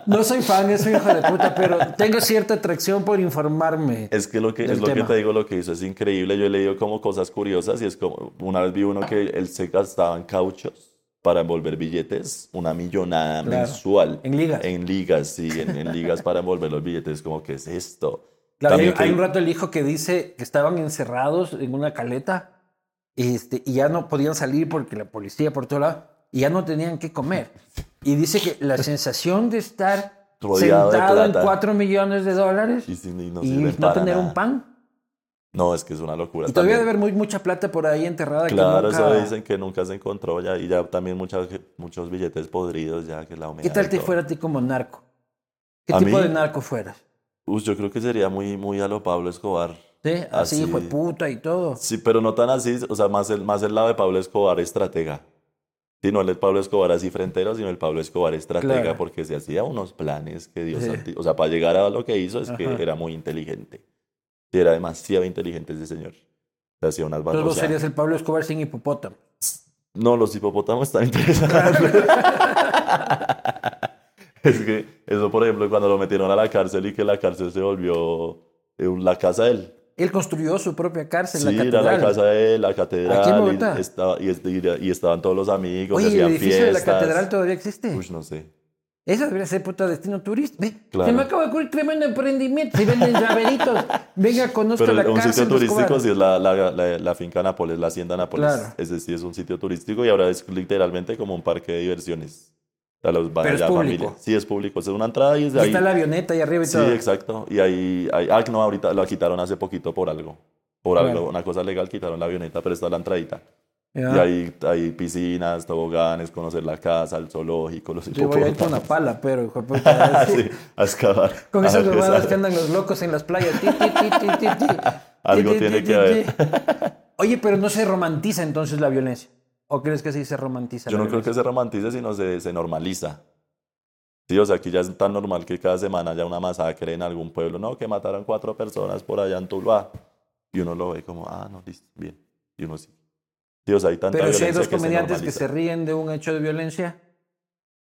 Speaker 1: No soy fan, soy hijo de puta, pero tengo cierta atracción por informarme.
Speaker 2: Es que lo que,
Speaker 1: Del
Speaker 2: es lo que
Speaker 1: tema.
Speaker 2: te digo, lo que hizo es increíble. Yo he leído como cosas curiosas y es como, una vez vi uno que él se gastaba en cauchos para envolver billetes, una millonada
Speaker 1: Claro.
Speaker 2: mensual.
Speaker 1: En ligas.
Speaker 2: En ligas, sí, en, en ligas para envolver los billetes. Como, ¿qué es esto?
Speaker 1: Claro, hay,
Speaker 2: También que-
Speaker 1: hay un rato el hijo que dice que estaban encerrados en una caleta este, y ya no podían salir porque la policía por todo lado y ya no tenían qué comer. Y dice que la sensación de estar
Speaker 2: Rodeado de
Speaker 1: sentado en
Speaker 2: plata.
Speaker 1: 4 millones de dólares
Speaker 2: Y, sin- y no,
Speaker 1: y
Speaker 2: sirven
Speaker 1: no
Speaker 2: para
Speaker 1: tener
Speaker 2: nada.
Speaker 1: un pan.
Speaker 2: No, es que es una locura.
Speaker 1: Y todavía
Speaker 2: también.
Speaker 1: debe haber muy, mucha plata por ahí enterrada. que
Speaker 2: Claro,
Speaker 1: nunca-
Speaker 2: eso dicen que nunca se encontró ya, y ya también muchas, muchos billetes podridos ya que la humedad.
Speaker 1: ¿Qué tal
Speaker 2: y
Speaker 1: te
Speaker 2: todo.
Speaker 1: fuera a ti como narco? ¿Qué
Speaker 2: ¿A
Speaker 1: tipo
Speaker 2: mí?
Speaker 1: de narco fueras?
Speaker 2: Uy, yo creo que sería muy, muy a lo Pablo Escobar.
Speaker 1: ¿Sí? Así,
Speaker 2: Así.
Speaker 1: hijo de puta y todo.
Speaker 2: Sí, pero no tan así, o sea, más el, más el lado de Pablo Escobar estratega. Sí, no el Pablo Escobar así frentero, sino el Pablo Escobar estratega,
Speaker 1: Claro.
Speaker 2: porque se hacía unos planes que Dios
Speaker 1: Sí.
Speaker 2: santi- O sea, para llegar a lo que hizo es que
Speaker 1: Ajá.
Speaker 2: era muy inteligente. Sí, era demasiado inteligente ese señor. Se hacía unas
Speaker 1: Entonces vos
Speaker 2: barbaridades.
Speaker 1: serías el Pablo Escobar sin hipopótamo.
Speaker 2: No, los hipopótamos están interesantes. es que eso, por ejemplo, cuando lo metieron a la cárcel y que la cárcel se volvió eh, la casa de él.
Speaker 1: Él construyó su propia cárcel,
Speaker 2: Sí,
Speaker 1: la
Speaker 2: era
Speaker 1: catedral.
Speaker 2: la casa de él, la catedral.
Speaker 1: Aquí en
Speaker 2: y
Speaker 1: Bogotá.
Speaker 2: estaba- y, est- y- y estaban todos los amigos,
Speaker 1: Oye,
Speaker 2: y
Speaker 1: ¿y el
Speaker 2: hacían
Speaker 1: edificio de la
Speaker 2: fiestas.
Speaker 1: catedral todavía existe.
Speaker 2: Uy, no sé.
Speaker 1: Eso debería ser puta destino turístico. Ve, Se
Speaker 2: Claro.
Speaker 1: me acaba de ocurrir tremendo emprendimiento. Si venden llaveritos, venga, conozca
Speaker 2: Pero
Speaker 1: la
Speaker 2: un
Speaker 1: cárcel.
Speaker 2: sitio
Speaker 1: de Escobar.
Speaker 2: turístico sí es la, la, la- la finca Nápoles, la hacienda Nápoles.
Speaker 1: Claro.
Speaker 2: Ese sí es un sitio turístico y ahora es literalmente como un parque de diversiones. A los, van
Speaker 1: Pero
Speaker 2: allá
Speaker 1: es
Speaker 2: a
Speaker 1: público.
Speaker 2: familia. Sí, es público. Es una entrada y desde
Speaker 1: Y
Speaker 2: ahí.
Speaker 1: está la avioneta ahí arriba y
Speaker 2: Sí,
Speaker 1: todo.
Speaker 2: exacto. Y ahí, ahí- Ah, que no, ahorita la quitaron hace poquito por algo. Por
Speaker 1: Bueno.
Speaker 2: algo, una cosa legal, quitaron la avioneta, pero está la entradita.
Speaker 1: Ya.
Speaker 2: Y ahí hay piscinas, toboganes, conocer la casa, el zoológico, los
Speaker 1: Yo voy a ir con una
Speaker 2: hipopótamos.
Speaker 1: pala, pero hijo de puta,
Speaker 2: Ah, Sí, Ah, a excavar.
Speaker 1: Con esas
Speaker 2: A ver,
Speaker 1: huevadas
Speaker 2: esa-
Speaker 1: que andan los locos en las playas. Ti, ti, ti, ti, ti, ti.
Speaker 2: Algo
Speaker 1: Ti, ti,
Speaker 2: tiene
Speaker 1: ti,
Speaker 2: que
Speaker 1: ti,
Speaker 2: haber.
Speaker 1: ti. Oye, pero no se romantiza entonces la violencia. ¿O crees que sí se romantiza?
Speaker 2: Yo
Speaker 1: la
Speaker 2: no creo que se romantice, sino se, se normaliza. Sí, o sea, aquí ya es tan normal que cada semana haya una masacre en algún pueblo. No, que mataron cuatro personas por allá en Tuluá. Y uno lo ve como, ah, no, listo, bien. Y uno sí. Sí, o sea, hay tanta
Speaker 1: Pero si hay
Speaker 2: violencia
Speaker 1: dos
Speaker 2: que se
Speaker 1: comediantes que
Speaker 2: normaliza.
Speaker 1: se ríen de un hecho de violencia,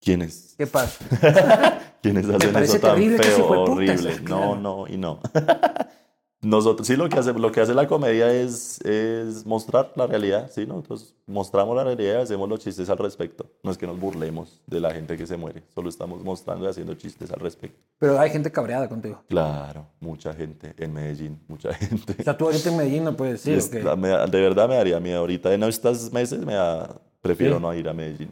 Speaker 2: ¿Quiénes?
Speaker 1: ¿qué pasa?
Speaker 2: ¿Quiénes hacen
Speaker 1: parece
Speaker 2: eso tan
Speaker 1: terrible que se
Speaker 2: feo,
Speaker 1: fue putas,
Speaker 2: horrible?
Speaker 1: claro.
Speaker 2: No, no y no. Nosotros, sí, lo que hace, lo que hace la comedia es, es mostrar la realidad, ¿sí? ¿no? Entonces, mostramos la realidad y hacemos los chistes al respecto. No es que nos burlemos de la gente que se muere, solo estamos mostrando y haciendo chistes al respecto.
Speaker 1: Pero hay gente cabreada contigo.
Speaker 2: Claro, mucha gente en Medellín, mucha gente.
Speaker 1: O sea, tú ahorita en Medellín no puedes decir.
Speaker 2: Es-
Speaker 1: ¿o qué?
Speaker 2: me da- de verdad me daría miedo. Ahorita en estos meses me da- prefiero no ir a Medellín,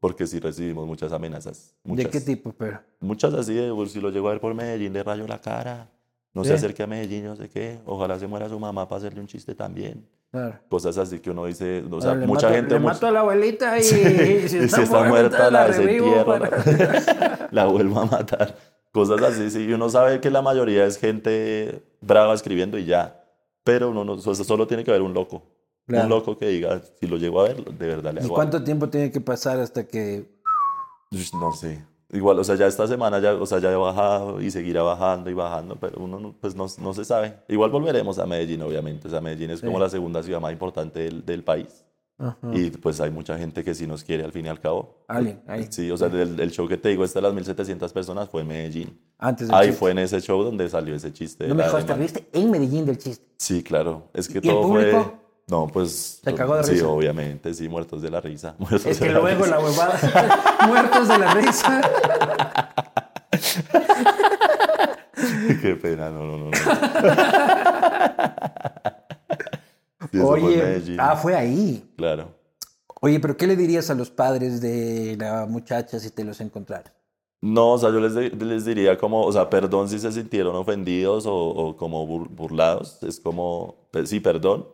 Speaker 2: porque sí recibimos muchas amenazas.
Speaker 1: ¿De
Speaker 2: muchas.
Speaker 1: qué tipo? Pero.
Speaker 2: Muchas así de, "Uy, si lo llego a ver por Medellín, le rayo la cara. No
Speaker 1: Sí.
Speaker 2: se acerque a Medellín, no sé qué. Ojalá se muera su mamá para hacerle un chiste también.
Speaker 1: Claro.
Speaker 2: Cosas así que uno dice, o sea,
Speaker 1: Ahora le
Speaker 2: mucha
Speaker 1: mato-
Speaker 2: gente...
Speaker 1: Le
Speaker 2: mu-
Speaker 1: mato a la abuelita y,
Speaker 2: y si está muerta, la
Speaker 1: revivo
Speaker 2: desentierro,
Speaker 1: para-
Speaker 2: la, la vuelvo a matar. Cosas así, sí. Y uno sabe que la mayoría es gente brava escribiendo y ya. Pero uno no, o sea, solo tiene que haber un loco.
Speaker 1: Claro.
Speaker 2: Un loco que diga, si lo llego a ver, de verdad le
Speaker 1: ¿Y
Speaker 2: hago algo".
Speaker 1: cuánto tiempo tiene que pasar hasta que
Speaker 2: Ush, No sé. Igual, o sea, ya esta semana ya, o sea, ya he bajado y seguirá bajando y bajando, pero uno no- pues no, no se sabe. Igual volveremos a Medellín, obviamente. O sea, Medellín es como
Speaker 1: Sí.
Speaker 2: la segunda ciudad más importante del, del país.
Speaker 1: Ajá.
Speaker 2: Y pues hay mucha gente que sí nos quiere al fin y al cabo.
Speaker 1: alguien ahí,
Speaker 2: Sí, o sea, el, el show que te digo, este de las 1700 personas fue en Medellín.
Speaker 1: antes del
Speaker 2: Ahí
Speaker 1: chiste?
Speaker 2: fue en ese show donde salió ese chiste. de
Speaker 1: No me
Speaker 2: la
Speaker 1: jodas, te
Speaker 2: alemana.
Speaker 1: viste en Medellín del chiste.
Speaker 2: Sí, claro. Es que
Speaker 1: ¿Y el
Speaker 2: todo fue.
Speaker 1: público?
Speaker 2: No, pues.
Speaker 1: ¿Se cagó de
Speaker 2: sí,
Speaker 1: risa?
Speaker 2: obviamente, sí, muertos de la risa. muertos
Speaker 1: Es
Speaker 2: de
Speaker 1: que
Speaker 2: la
Speaker 1: luego
Speaker 2: risa.
Speaker 1: la huevada. Muertos de la risa.
Speaker 2: Qué pena, no, no, no. no. Sí, eso fue en
Speaker 1: Oye,
Speaker 2: Medellín,
Speaker 1: ah, fue ahí.
Speaker 2: claro.
Speaker 1: Oye, pero ¿qué le dirías a los padres de la muchacha si te los encontraras?
Speaker 2: No, o sea, yo les, di- les diría como, o sea, perdón si se sintieron ofendidos o, o como bur- burlados, es como, pe- sí, perdón.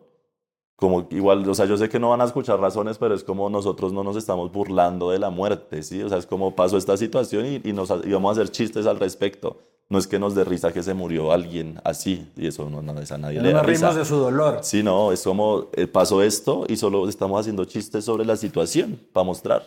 Speaker 2: Como igual, o sea, yo sé que no van a escuchar razones, pero es como nosotros no nos estamos burlando de la muerte, ¿sí? O sea, es como pasó esta situación y, y nos, ha- y vamos a hacer chistes al respecto. No es que nos dé risa que se murió alguien así, y eso no, no es a nadie le da
Speaker 1: Unos
Speaker 2: risa.
Speaker 1: ritmos de su dolor.
Speaker 2: Sí, no, es como eh, pasó esto y solo estamos haciendo chistes sobre la situación para mostrar.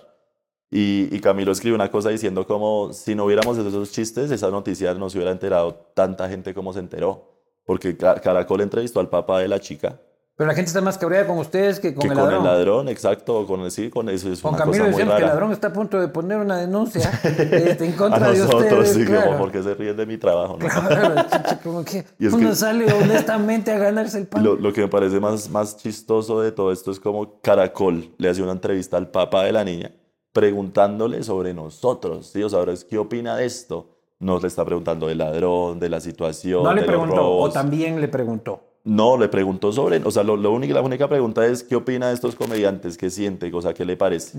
Speaker 2: Y, y Camilo escribió una cosa diciendo como si no hubiéramos hecho esos chistes, esa noticia no se hubiera enterado tanta gente como se enteró. Porque Ca- Caracol entrevistó al papá de la chica,
Speaker 1: Pero la gente está más cabreada con ustedes que con
Speaker 2: que
Speaker 1: el
Speaker 2: con
Speaker 1: ladrón.
Speaker 2: el ladrón, exacto, o con el sí, con eso es
Speaker 1: Con
Speaker 2: una
Speaker 1: Camilo
Speaker 2: cosa muy
Speaker 1: decíamos que el
Speaker 2: rara.
Speaker 1: ladrón está a punto de poner una denuncia este, en contra
Speaker 2: A
Speaker 1: de
Speaker 2: nosotros,
Speaker 1: ustedes.
Speaker 2: sí, como,
Speaker 1: claro.
Speaker 2: ¿por qué se ríen de mi trabajo? no?
Speaker 1: Claro, chucha, como que
Speaker 2: Y es
Speaker 1: uno
Speaker 2: que-
Speaker 1: sale honestamente a ganarse el pan.
Speaker 2: Lo, lo que me parece más, más chistoso de todo esto es como Caracol le hace una entrevista al papá de la niña preguntándole sobre nosotros, ¿sí? O sea, ahora es, ¿qué opina de esto? Nos le está preguntando del ladrón, de la situación,
Speaker 1: no le
Speaker 2: de
Speaker 1: preguntó,
Speaker 2: los
Speaker 1: o
Speaker 2: robos.
Speaker 1: también le preguntó.
Speaker 2: No, le preguntó sobre, o sea, lo, lo único- la única pregunta es, ¿qué opina de estos comediantes? ¿Qué siente? O sea, ¿qué le parece?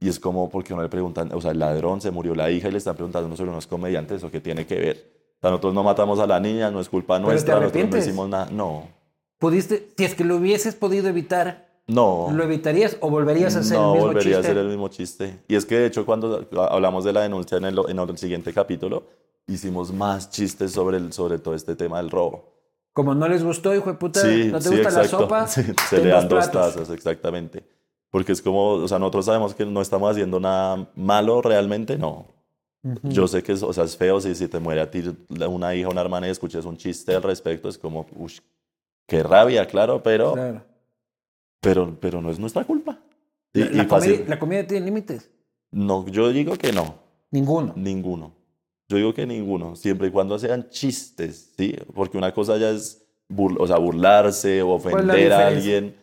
Speaker 2: Y es como, porque no le preguntan, o sea, el ladrón se murió la hija y le están preguntando no sobre unos comediantes, ¿o qué tiene que ver? O sea, nosotros no matamos a la niña, no es culpa
Speaker 1: te
Speaker 2: nuestra, nosotros no
Speaker 1: arrepientes?
Speaker 2: hicimos nada. No,
Speaker 1: Pudiste, si es que lo hubieses podido evitar,
Speaker 2: no.
Speaker 1: ¿lo evitarías o volverías a hacer el mismo chiste?
Speaker 2: volvería a ser el mismo chiste. Y es que de hecho cuando hablamos de la denuncia en el, en el siguiente capítulo, hicimos más chistes sobre, el, sobre todo este tema del robo.
Speaker 1: Como no les gustó, hijo de puta,
Speaker 2: sí,
Speaker 1: no te
Speaker 2: sí,
Speaker 1: gusta la
Speaker 2: exacto.
Speaker 1: sopa,
Speaker 2: Sí, se
Speaker 1: ten
Speaker 2: le
Speaker 1: dos
Speaker 2: dan dos
Speaker 1: platos.
Speaker 2: tazas, exactamente. Porque es como, o sea, nosotros sabemos que no estamos haciendo nada malo realmente, no. Yo sé que es, o sea, es feo si, si te muere a ti la- una hija, una hermana y escuchas un chiste al respecto, es como, uff, qué rabia, claro, pero,
Speaker 1: Claro.
Speaker 2: pero, pero no es nuestra culpa. Y,
Speaker 1: La- la,
Speaker 2: y fácil.
Speaker 1: comedia, la comedia tiene límites.
Speaker 2: No, yo digo que no.
Speaker 1: Ninguno.
Speaker 2: Ninguno. Yo digo que ninguno, siempre y cuando sean chistes, ¿sí? Porque una cosa ya es bur- o sea, burlarse o
Speaker 1: es Pues la
Speaker 2: ofender a
Speaker 1: diferencia?
Speaker 2: alguien.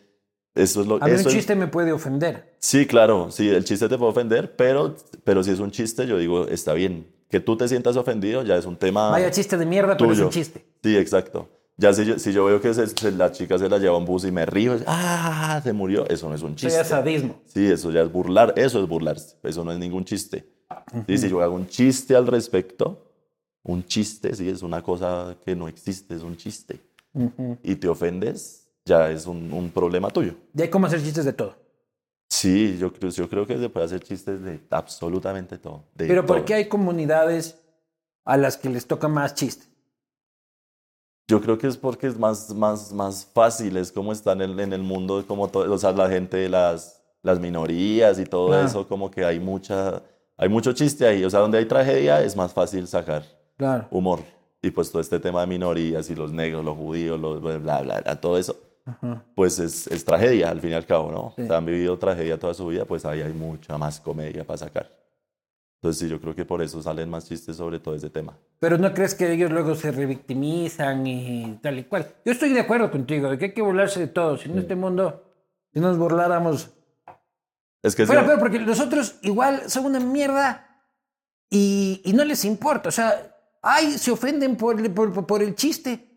Speaker 2: Eso es lo
Speaker 1: A mí
Speaker 2: Pues
Speaker 1: un
Speaker 2: eso es-
Speaker 1: chiste me puede ofender.
Speaker 2: Sí, claro, sí, el chiste te puede ofender, pero, pero si es un chiste, yo digo, está bien. Que tú te sientas ofendido ya es un tema
Speaker 1: Vaya chiste de mierda, pero es
Speaker 2: Ah, tuyo.
Speaker 1: un chiste.
Speaker 2: Sí, exacto. Ya si yo, si yo veo que se, se- la chica se la lleva a un bus y me río, es, ah, se murió, eso no es un
Speaker 1: Eso ya
Speaker 2: chiste.
Speaker 1: es sadismo.
Speaker 2: Sí, eso ya es burlar, eso es burlarse, eso no es ningún chiste. Sí, si yo hago un chiste al respecto, un chiste, sí, es una cosa que no existe, es un chiste. Y te ofendes, ya es un, un problema tuyo.
Speaker 1: Y hay como hacer chistes de todo.
Speaker 2: Sí, yo, creo- yo creo que se puede hacer chistes de absolutamente todo. de
Speaker 1: Pero ¿por
Speaker 2: todo.
Speaker 1: qué hay comunidades a las que les toca más chiste?
Speaker 2: Yo creo que es porque es más, más, más fácil, es como están en, en el mundo, como todo, o sea, la gente, de las, las minorías y todo
Speaker 1: Claro.
Speaker 2: eso, como que hay mucha, hay mucho chiste ahí, o sea, donde hay tragedia es más fácil sacar
Speaker 1: Claro.
Speaker 2: humor. Y pues todo este tema de minorías y los negros, los judíos, los bla, bla, bla, bla, todo eso,
Speaker 1: Ajá.
Speaker 2: pues es, es tragedia al fin y al cabo, ¿no?
Speaker 1: Sí.
Speaker 2: O sea, han vivido tragedia toda su vida, pues ahí hay mucha más comedia para sacar. Entonces sí, yo creo que por eso salen más chistes sobre todo ese tema.
Speaker 1: Pero no crees que ellos luego se revictimizan y tal y cual. Yo estoy de acuerdo contigo, de que hay que burlarse de todo. Si no, este mundo, si nos burláramos.
Speaker 2: Es que es
Speaker 1: Pero,
Speaker 2: de-
Speaker 1: pero, porque nosotros igual son una mierda y, y no les importa. O sea, ay, se ofenden por, el- por, por- por el chiste,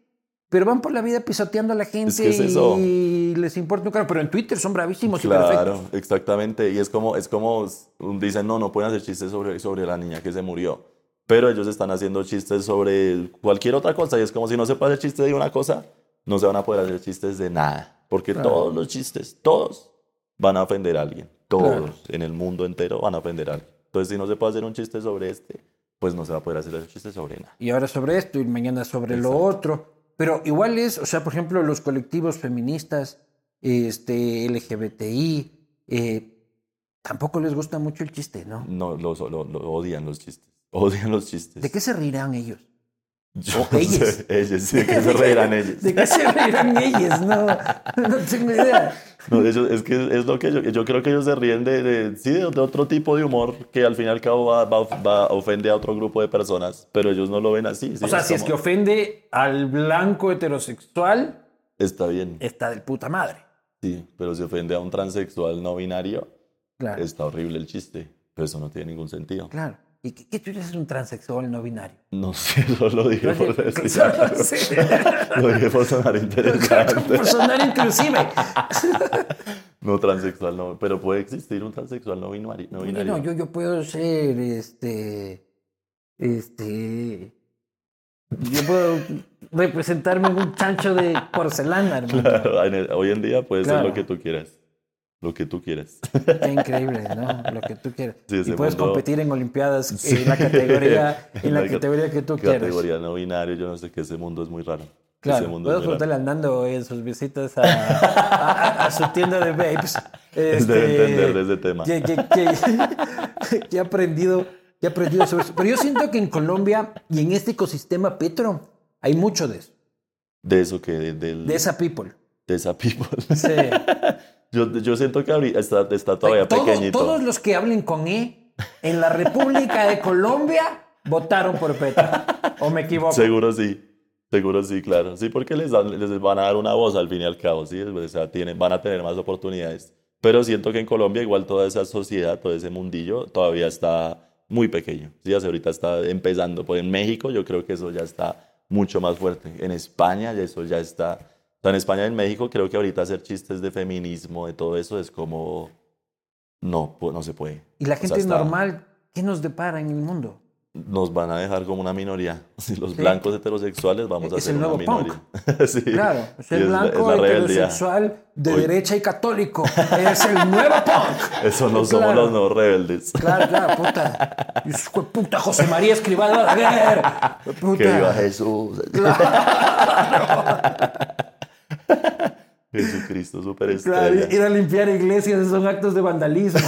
Speaker 1: pero van por la vida pisoteando a la gente
Speaker 2: que es eso.
Speaker 1: y les importa un carajo. Pero en Twitter son bravísimos y perfectos.
Speaker 2: Claro, exactamente. Y es como, es como s- dicen, no, no pueden hacer chistes sobre, sobre la niña que se murió. Pero ellos están haciendo chistes sobre cualquier otra cosa. Y es como si no se puede hacer chistes de una cosa, no se van a poder hacer chistes de nada. Porque todos los chistes, todos, van a ofender a alguien. Todos,
Speaker 1: Claro.
Speaker 2: en el mundo entero, van a ofender a alguien. Entonces, si no se puede hacer un chiste sobre este, pues no se va a poder hacer un chiste sobre nada.
Speaker 1: y ahora sobre esto y mañana sobre lo
Speaker 2: Exacto.
Speaker 1: otro. Pero igual es, o sea, por ejemplo, los colectivos feministas, este, LGBTI, eh, tampoco les gusta mucho el chiste, ¿no?
Speaker 2: No, los- lo, lo odian los chistes. Odian los chistes.
Speaker 1: ¿De qué Oh, se reirán ellos?
Speaker 2: Yo
Speaker 1: o
Speaker 2: no sé,
Speaker 1: ellas?
Speaker 2: ellas, sí, ¿de qué se reirán ellos?
Speaker 1: ¿De qué se reirán ellos? No, no tengo idea.
Speaker 2: No, ellos- es que es lo que yo, yo creo que ellos se ríen de, de- sí, de otro tipo de humor que al fin y al cabo va, va, va- ofende a otro grupo de personas, pero ellos no lo ven así. sí,
Speaker 1: O sea, si es que
Speaker 2: como,
Speaker 1: ofende al blanco heterosexual,
Speaker 2: Está bien,
Speaker 1: está del puta madre.
Speaker 2: sí, pero si ofende a un transexual no binario,
Speaker 1: Claro,
Speaker 2: está horrible el chiste, pero eso no tiene ningún sentido.
Speaker 1: claro. ¿Y qué, qué tú eres un transexual no binario?
Speaker 2: No sé, solo lo dije por decir
Speaker 1: Solo
Speaker 2: algo.
Speaker 1: sé.
Speaker 2: Lo dije por sonar interesante.
Speaker 1: Por sonar inclusive.
Speaker 2: No, transexual no, pero puede existir un transexual no binari- no
Speaker 1: Oye,
Speaker 2: binario.
Speaker 1: no, yo, yo puedo ser este. Este. Yo puedo representarme en un chancho de porcelana, hermano.
Speaker 2: Claro, en el- hoy en día puede ser
Speaker 1: Claro.
Speaker 2: lo que tú quieras. Lo que tú quieras.
Speaker 1: Está increíble, ¿no? Lo que tú quieras.
Speaker 2: Sí,
Speaker 1: y
Speaker 2: ese
Speaker 1: puedes
Speaker 2: mundo-
Speaker 1: competir en Olimpiadas
Speaker 2: Sí.
Speaker 1: en la categoría, en
Speaker 2: En
Speaker 1: la,
Speaker 2: la
Speaker 1: categoría que tú quieras.
Speaker 2: Categoría no binario, yo no sé qué, ese mundo es muy raro. Ese
Speaker 1: Claro,
Speaker 2: mundo es
Speaker 1: puedo
Speaker 2: muy raro.
Speaker 1: preguntarle a Nando en sus visitas a, a- a- a su tienda de pues, este, vapes.
Speaker 2: debe entender de ese tema.
Speaker 1: Que, que- que- que ha aprendido, que ha aprendido sobre eso. Pero yo siento que en Colombia y en este ecosistema Petro hay mucho de eso,
Speaker 2: De eso que, de, del-
Speaker 1: de esa people.
Speaker 2: de esa people.
Speaker 1: Sí.
Speaker 2: yo, yo siento que ahorita está, está todavía
Speaker 1: Todo-
Speaker 2: pequeñito.
Speaker 1: todos los que hablen con E en la República de Colombia votaron por Petro. ¿O me equivoco?
Speaker 2: Seguro sí. Seguro sí, claro. Sí, porque les, dan- les van a dar una voz al fin y al cabo, ¿sí? O sea, tienen, van a tener más oportunidades. Pero siento que en Colombia igual toda esa sociedad, todo ese mundillo todavía está muy pequeño. Sí, Hasta ahorita está empezando. Pues en México yo creo que eso ya está mucho más fuerte. En España ya eso ya está... O sea, en España y en México creo que ahorita hacer chistes de feminismo, de todo eso, es como... No, pues, no se puede.
Speaker 1: Y la
Speaker 2: O sea,
Speaker 1: gente
Speaker 2: está-
Speaker 1: normal, ¿qué nos depara en el mundo?
Speaker 2: nos van a dejar como una minoría. Si los blancos heterosexuales vamos a
Speaker 1: Es
Speaker 2: ser
Speaker 1: el
Speaker 2: una
Speaker 1: nuevo
Speaker 2: minoría. Sí.
Speaker 1: Claro, es
Speaker 2: Y
Speaker 1: el
Speaker 2: es la- es
Speaker 1: blanco
Speaker 2: la rebeldía.
Speaker 1: heterosexual de
Speaker 2: Hoy-
Speaker 1: derecha y católico. Es el nuevo punk.
Speaker 2: Eso no somos
Speaker 1: Claro.
Speaker 2: los nuevos rebeldes.
Speaker 1: Claro, claro, puta. Hijo de Puta José María Escribano Balaguer.
Speaker 2: Que viva
Speaker 1: Puta.
Speaker 2: Jesús. Jesucristo superestrella.
Speaker 1: Claro, ir a limpiar iglesias son actos de vandalismo. Sí.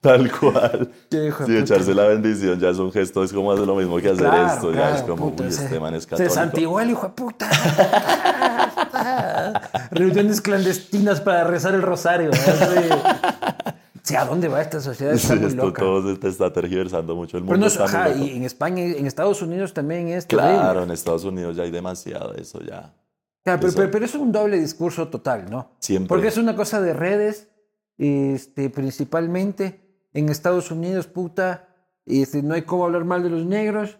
Speaker 2: Tal cual.
Speaker 1: Sí, hijo de
Speaker 2: Sí,
Speaker 1: puta.
Speaker 2: echarse la bendición ya es un gesto, es como hacer lo mismo que hacer
Speaker 1: Claro,
Speaker 2: esto.
Speaker 1: claro,
Speaker 2: ya es como,
Speaker 1: puta,
Speaker 2: uy,
Speaker 1: se-
Speaker 2: este man es
Speaker 1: Se
Speaker 2: católico.
Speaker 1: santiguó el hijo de puta. Reuniones clandestinas para rezar el rosario. ¿verdad? Sí. Sí, ¿a dónde va esta sociedad?
Speaker 2: Sí,
Speaker 1: Está muy
Speaker 2: esto
Speaker 1: loca.
Speaker 2: todo se te está tergiversando mucho el
Speaker 1: Pero no,
Speaker 2: mundo. está muy
Speaker 1: ajá,
Speaker 2: loco.
Speaker 1: y en España, en Estados Unidos también es terrible.
Speaker 2: Claro, en Estados Unidos ya hay demasiado de eso ya.
Speaker 1: Claro, pero,
Speaker 2: Eso-
Speaker 1: pero, pero es un doble discurso total, ¿no?
Speaker 2: Siempre.
Speaker 1: Porque es una cosa de redes, este, principalmente en Estados Unidos, puta, este, no hay cómo hablar mal de los negros,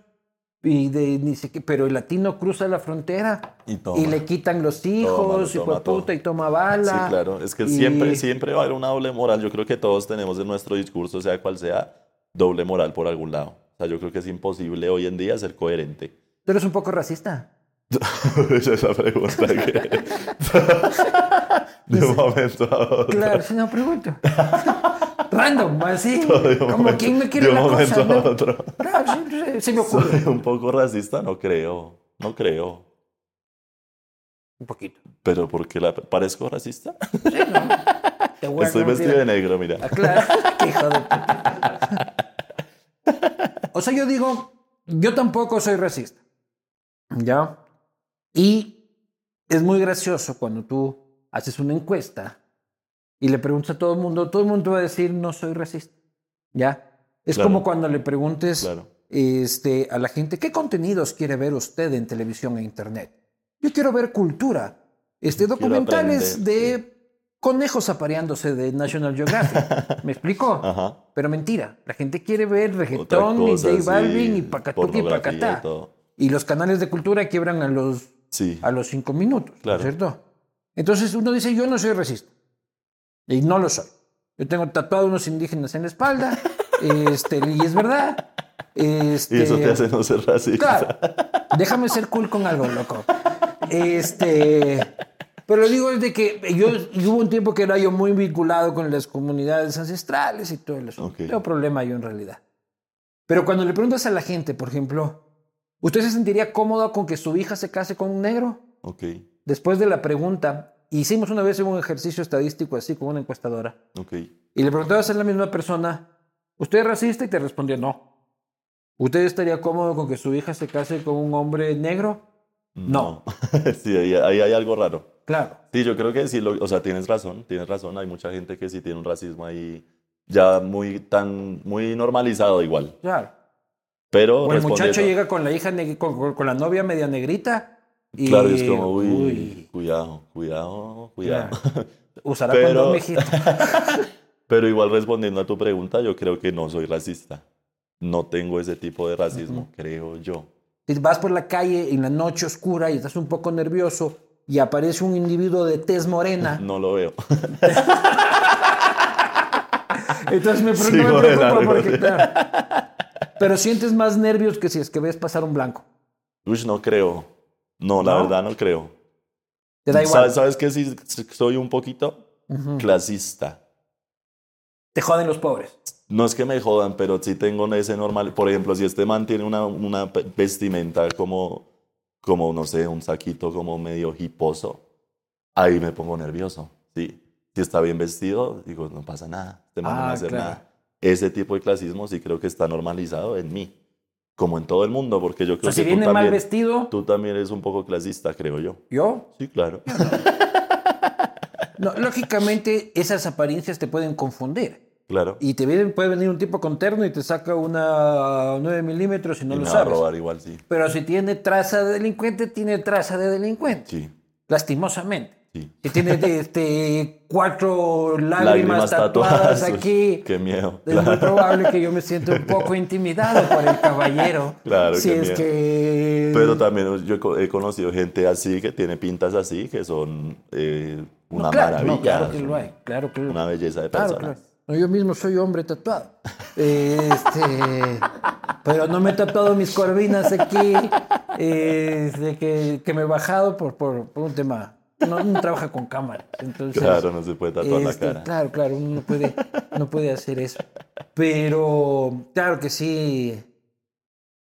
Speaker 1: Y de, ni siquiera- pero el latino cruza la frontera
Speaker 2: Y toma.
Speaker 1: y le quitan los hijos,
Speaker 2: lo
Speaker 1: hijo de
Speaker 2: toma todo.
Speaker 1: puta, y toma bala.
Speaker 2: Sí, claro. Es que
Speaker 1: y-
Speaker 2: siempre, siempre va a haber una doble moral. Yo creo que todos tenemos en nuestro discurso, sea cual sea, doble moral por algún lado. O sea, yo creo que es imposible hoy en día ser coherente.
Speaker 1: Tú eres un poco racista.
Speaker 2: Esa es la pregunta que... De un momento a otro.
Speaker 1: Claro, si no pregunto. Random, así.
Speaker 2: De un
Speaker 1: Como
Speaker 2: momento-
Speaker 1: quien me quiere
Speaker 2: de un
Speaker 1: la
Speaker 2: momento
Speaker 1: cosa.
Speaker 2: a
Speaker 1: ¿no?
Speaker 2: otro.
Speaker 1: Claro, sí, sí, se me ocurre.
Speaker 2: Soy un poco racista, no creo. No creo.
Speaker 1: Un poquito.
Speaker 2: Pero porque la... parezco racista.
Speaker 1: Te voy a
Speaker 2: Estoy
Speaker 1: romper-
Speaker 2: vestido de negro, mira.
Speaker 1: Ah, Claro, qué hijo de puta. O sea, yo digo, yo tampoco soy racista. ¿Ya? Y es muy gracioso cuando tú haces una encuesta y le preguntas a todo el mundo, todo el mundo va a decir, no soy racista. ¿Ya? Es
Speaker 2: Claro.
Speaker 1: como cuando le preguntes
Speaker 2: Claro.
Speaker 1: este, a la gente, ¿qué contenidos quiere ver usted en televisión e internet? Yo quiero ver cultura, este, documentales
Speaker 2: aprender,
Speaker 1: de conejos apareándose de National Geographic. ¿Me explico?
Speaker 2: Ajá.
Speaker 1: Pero mentira, la gente quiere ver
Speaker 2: Ah. Otra
Speaker 1: reggaetón y
Speaker 2: cosa,
Speaker 1: J
Speaker 2: sí,
Speaker 1: Balvin y Pacatuki y
Speaker 2: pornografía
Speaker 1: Pacatá.
Speaker 2: y todo.
Speaker 1: Y los canales de cultura quiebran a los,
Speaker 2: Sí.
Speaker 1: a los cinco minutos, ¿no es
Speaker 2: Claro.
Speaker 1: ¿cierto? Entonces uno dice, yo no soy racista. Y no lo soy. Yo tengo tatuados unos indígenas en la espalda. este, y es verdad. Este,
Speaker 2: Y eso te hace no ser racista.
Speaker 1: Claro. Déjame ser cool con algo, loco. Este. Pero lo digo es de que yo y hubo un tiempo que era yo muy vinculado con las comunidades ancestrales y todo el asunto.
Speaker 2: Ok.
Speaker 1: No tengo problema yo en realidad. Pero cuando le preguntas a la gente, por ejemplo, ¿usted se sentiría cómodo con que su hija se case con un negro?
Speaker 2: Ok,
Speaker 1: Después de la pregunta, hicimos una vez un ejercicio estadístico así con una encuestadora.
Speaker 2: ok.
Speaker 1: Y le preguntabas a la misma persona, ¿usted es racista? Y te respondió, no. ¿Usted estaría cómodo con que su hija se case con un hombre negro? No.
Speaker 2: sí, ahí, ahí hay algo raro.
Speaker 1: Claro.
Speaker 2: Sí, yo creo que sí, lo- o sea, tienes razón, tienes razón. Hay mucha gente que sí tiene un racismo ahí ya muy tan, muy normalizado igual.
Speaker 1: Claro.
Speaker 2: Pero
Speaker 1: O el
Speaker 2: responde
Speaker 1: muchacho
Speaker 2: eso.
Speaker 1: llega con la hija, neg- con, con- con la novia media negrita. Y,
Speaker 2: Claro, y es como, uy,
Speaker 1: uy,
Speaker 2: cuidado, cuidado, cuidado.
Speaker 1: usará
Speaker 2: Pero-
Speaker 1: condón, mijito.
Speaker 2: Pero igual respondiendo a tu pregunta, yo creo que no soy racista. No tengo ese tipo de racismo, creo yo.
Speaker 1: Si vas por la calle en la noche oscura y estás un poco nervioso y aparece un individuo de tez morena.
Speaker 2: No lo veo.
Speaker 1: Entonces me,
Speaker 2: Sí,
Speaker 1: no me
Speaker 2: bueno,
Speaker 1: preocupa
Speaker 2: algo
Speaker 1: porque,
Speaker 2: así.
Speaker 1: claro. Pero sientes más nervios que si es que ves pasar un blanco.
Speaker 2: Uy, no creo. No, la
Speaker 1: ¿No?
Speaker 2: verdad no creo.
Speaker 1: Te da igual.
Speaker 2: ¿Sabes, sabes que sí soy un poquito clasista?
Speaker 1: Te joden los pobres.
Speaker 2: No es que me jodan, pero sí tengo ese normal. Por ejemplo, si este man tiene una, una pe- vestimenta como, como, no sé, un saquito como medio hiposo, ahí me pongo nervioso. Sí. Si está bien vestido, digo, no pasa nada, este man no va
Speaker 1: Ah,
Speaker 2: a hacer
Speaker 1: claro.
Speaker 2: nada. Ese tipo de clasismo sí creo que está normalizado en mí, como en todo el mundo, porque yo
Speaker 1: O
Speaker 2: creo
Speaker 1: sea,
Speaker 2: que
Speaker 1: si
Speaker 2: tú
Speaker 1: viene mal
Speaker 2: también-
Speaker 1: vestido,
Speaker 2: tú también eres un poco clasista, creo yo.
Speaker 1: yo.
Speaker 2: Sí, claro.
Speaker 1: No, lógicamente, esas apariencias te pueden confundir.
Speaker 2: Claro.
Speaker 1: Y te viene- puede venir un tipo con terno y te saca una 9 milímetros y no
Speaker 2: Y
Speaker 1: lo
Speaker 2: me va a
Speaker 1: sabes.
Speaker 2: robar igual, sí.
Speaker 1: Pero si tiene traza de delincuente, tiene traza de delincuente.
Speaker 2: Sí,
Speaker 1: Lastimosamente.
Speaker 2: sí.
Speaker 1: Si tiene este, cuatro lágrimas,
Speaker 2: Lágrimas
Speaker 1: tatuadas,
Speaker 2: tatuadas. uy,
Speaker 1: aquí,
Speaker 2: Qué miedo.
Speaker 1: Es muy probable que yo me sienta un poco intimidado por el caballero.
Speaker 2: Claro,
Speaker 1: si
Speaker 2: qué
Speaker 1: es
Speaker 2: miedo.
Speaker 1: que.
Speaker 2: Pero también yo he co- he conocido gente así que tiene pintas así, que son eh, una
Speaker 1: No, claro,
Speaker 2: maravilla.
Speaker 1: no, claro que lo hay. Claro que lo
Speaker 2: Una belleza de
Speaker 1: Claro,
Speaker 2: personas.
Speaker 1: claro. No, yo mismo soy hombre tatuado. Este, pero no me he tatuado mis corvinas aquí. eh, de que, que me he bajado por, por, por un tema. No, no trabaja con cámara. Entonces,
Speaker 2: Claro, no se puede tatuar
Speaker 1: este,
Speaker 2: la cara.
Speaker 1: Claro, claro, uno no puede, no puede hacer eso. Pero claro que sí.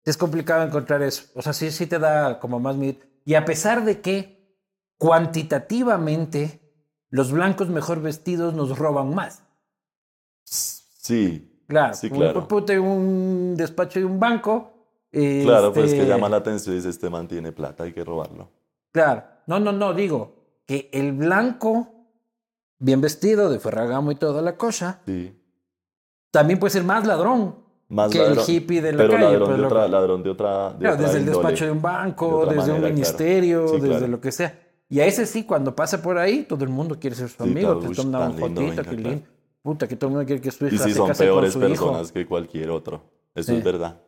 Speaker 1: Es complicado encontrar eso. O sea, sí, sí te da como más miedo. Y a pesar de que cuantitativamente los blancos mejor vestidos nos roban más.
Speaker 2: Sí,
Speaker 1: Claro.
Speaker 2: Sí,
Speaker 1: como un
Speaker 2: claro.
Speaker 1: puto en un despacho de un banco.
Speaker 2: claro, pues
Speaker 1: este,
Speaker 2: que llama la atención y dice, este man tiene plata, hay que robarlo.
Speaker 1: Claro. No, no, no, digo que el blanco, bien vestido, de Ferragamo y toda la cosa,
Speaker 2: Sí.
Speaker 1: también puede ser más ladrón
Speaker 2: Más
Speaker 1: que
Speaker 2: ladrón,
Speaker 1: el hippie de la
Speaker 2: pero
Speaker 1: calle.
Speaker 2: Ladrón,
Speaker 1: pues,
Speaker 2: de
Speaker 1: loco.
Speaker 2: otra, ladrón de otra. de
Speaker 1: Claro,
Speaker 2: otra
Speaker 1: desde el
Speaker 2: índole.
Speaker 1: despacho de un banco,
Speaker 2: De otra
Speaker 1: desde
Speaker 2: manera,
Speaker 1: un
Speaker 2: claro.
Speaker 1: ministerio,
Speaker 2: Sí,
Speaker 1: desde
Speaker 2: claro.
Speaker 1: lo que sea. Y a ese sí, cuando pasa por ahí, todo el mundo quiere ser su
Speaker 2: Sí,
Speaker 1: amigo,
Speaker 2: claro,
Speaker 1: te
Speaker 2: uy,
Speaker 1: toman una
Speaker 2: tan lindo,
Speaker 1: fotito,
Speaker 2: venga,
Speaker 1: qué
Speaker 2: claro.
Speaker 1: lindo. Puta, que todo el mundo quiere que su hija
Speaker 2: Y sí,
Speaker 1: se
Speaker 2: son
Speaker 1: case con
Speaker 2: peores
Speaker 1: su hijo.
Speaker 2: personas que cualquier otro. Eso
Speaker 1: Sí.
Speaker 2: es verdad.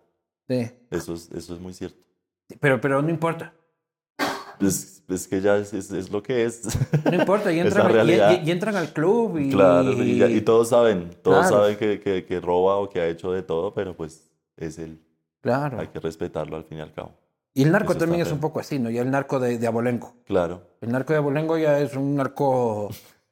Speaker 1: Sí.
Speaker 2: Eso es, eso es muy cierto.
Speaker 1: Pero, pero no importa.
Speaker 2: Es, es que ya es, es- es lo que es.
Speaker 1: No importa. Y
Speaker 2: Esa
Speaker 1: entran, y-
Speaker 2: realidad.
Speaker 1: y- y entran al club y.
Speaker 2: claro, y, ya- y todos saben, todos
Speaker 1: Claro.
Speaker 2: saben que, que- que roba o que ha hecho de todo, pero pues es él.
Speaker 1: Claro.
Speaker 2: Hay que respetarlo al fin y al cabo.
Speaker 1: Y el narco
Speaker 2: Eso está
Speaker 1: también es un
Speaker 2: feo.
Speaker 1: poco así, ¿no? Ya el narco de, de Abolengo.
Speaker 2: Claro,
Speaker 1: El narco de Abolengo ya es un narco,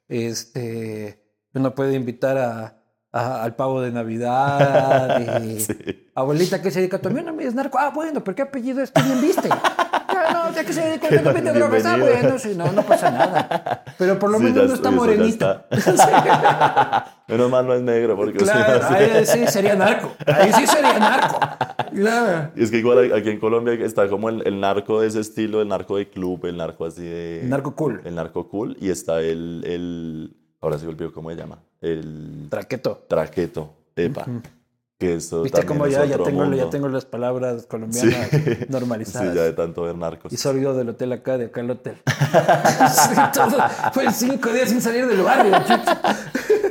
Speaker 1: este, uno puede invitar a, a- al pavo de Navidad. y-
Speaker 2: sí.
Speaker 1: Abuelita, ¿qué se dedica? Tu no me es narco. Ah, bueno, pero ¿qué apellido es? ¿Qué bien viste? No, no, ya que se dedica, no te vende drogas. Ah,
Speaker 2: Bienvenido.
Speaker 1: bueno, sí, no, no pasa nada. Pero por lo
Speaker 2: Sí,
Speaker 1: menos
Speaker 2: ya
Speaker 1: no está
Speaker 2: eso ya
Speaker 1: morenita.
Speaker 2: Menos mal no es negro, porque
Speaker 1: Sí,
Speaker 2: si no,
Speaker 1: claro,
Speaker 2: sí.
Speaker 1: ahí sí sería narco. Ahí sí sería narco. Claro.
Speaker 2: Y Es que igual aquí en Colombia está como el, el narco de ese estilo, el narco de club, el narco así de...
Speaker 1: El narco cool.
Speaker 2: El narco cool. Y está el... el ahora se volvió, ¿cómo se llama? El
Speaker 1: Traqueto.
Speaker 2: traqueto. Epa. Que eso
Speaker 1: Viste
Speaker 2: también
Speaker 1: cómo
Speaker 2: es
Speaker 1: ya, ya,
Speaker 2: otro
Speaker 1: tengo, ya
Speaker 2: mundo.
Speaker 1: tengo las palabras colombianas
Speaker 2: Sí.
Speaker 1: normalizadas.
Speaker 2: Sí, ya de tanto ver narcos.
Speaker 1: Y salió del hotel acá, de acá al hotel. Sí, todo. Fue cinco días sin salir del barrio. chucha.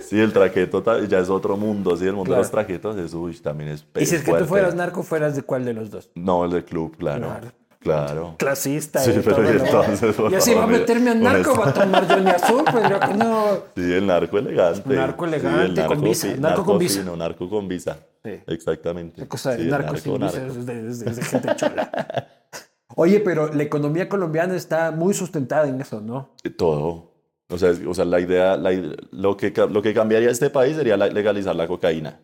Speaker 2: Sí, el traqueto ta- ya es otro mundo. Sí, el mundo
Speaker 1: Claro.
Speaker 2: de los traquetos es, uy, también es
Speaker 1: Y si es que
Speaker 2: fuerte.
Speaker 1: tú fueras narco, fueras de cuál de los dos.
Speaker 2: No, el del club, claro.
Speaker 1: Claro.
Speaker 2: Claro.
Speaker 1: Clasista.
Speaker 2: Sí,
Speaker 1: y
Speaker 2: pero
Speaker 1: todo
Speaker 2: y
Speaker 1: lo-
Speaker 2: entonces, por
Speaker 1: Yo si va a
Speaker 2: favor,
Speaker 1: meterme a
Speaker 2: un
Speaker 1: narco,
Speaker 2: est-
Speaker 1: va a tomar yo ni azul, pues yo que no.
Speaker 2: Sí, el narco elegante.
Speaker 1: Narco
Speaker 2: Sí,
Speaker 1: elegante,
Speaker 2: el
Speaker 1: con visa,
Speaker 2: fi-
Speaker 1: narco con visa.
Speaker 2: fino, narco con visa.
Speaker 1: Sí.
Speaker 2: Exactamente.
Speaker 1: Cosa de
Speaker 2: Sí, el
Speaker 1: narco sin visa,
Speaker 2: narco.
Speaker 1: es de, es de- es de gente chola. Oye, pero la economía colombiana está muy sustentada en eso, ¿no?
Speaker 2: Eh, Todo. O sea, es- o sea, la idea, la ide- lo, que, ca- lo que cambiaría este país sería la- legalizar la cocaína.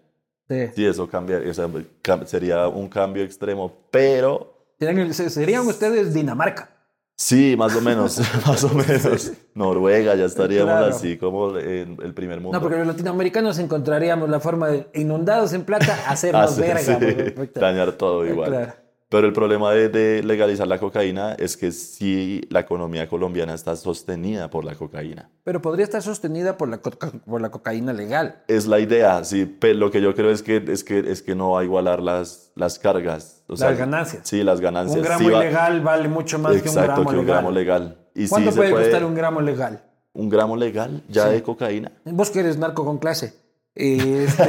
Speaker 1: Sí.
Speaker 2: Sí, eso cambiaría, o sea, cam- sería un cambio extremo, pero
Speaker 1: Serían el- Serían ustedes Dinamarca.
Speaker 2: sí, más o menos, más o menos. Noruega ya estaríamos
Speaker 1: Claro.
Speaker 2: así como en el primer mundo.
Speaker 1: No, porque los latinoamericanos encontraríamos la forma de, inundados en plata, hacernos
Speaker 2: Hace-
Speaker 1: verga.
Speaker 2: Ah, sí,
Speaker 1: güey, puta.
Speaker 2: dañar todo
Speaker 1: Ah,
Speaker 2: igual.
Speaker 1: claro.
Speaker 2: Pero el problema de, de legalizar la cocaína es que sí, la economía colombiana está sostenida por la cocaína.
Speaker 1: Pero podría estar sostenida por la, coca- por la cocaína legal.
Speaker 2: Es la idea, sí, pero lo que yo creo es que, es que, es que no va a igualar las, las cargas. O sea,
Speaker 1: Las ganancias.
Speaker 2: Sí, las ganancias.
Speaker 1: Un gramo
Speaker 2: sí va-
Speaker 1: ilegal vale mucho más que un
Speaker 2: Exacto,
Speaker 1: gramo
Speaker 2: que un
Speaker 1: legal.
Speaker 2: gramo legal. Y sí
Speaker 1: ¿Cuánto
Speaker 2: se
Speaker 1: puede, costar un gramo legal?
Speaker 2: un gramo legal ya de cocaína?
Speaker 1: Vos que eres narco con clase. Este,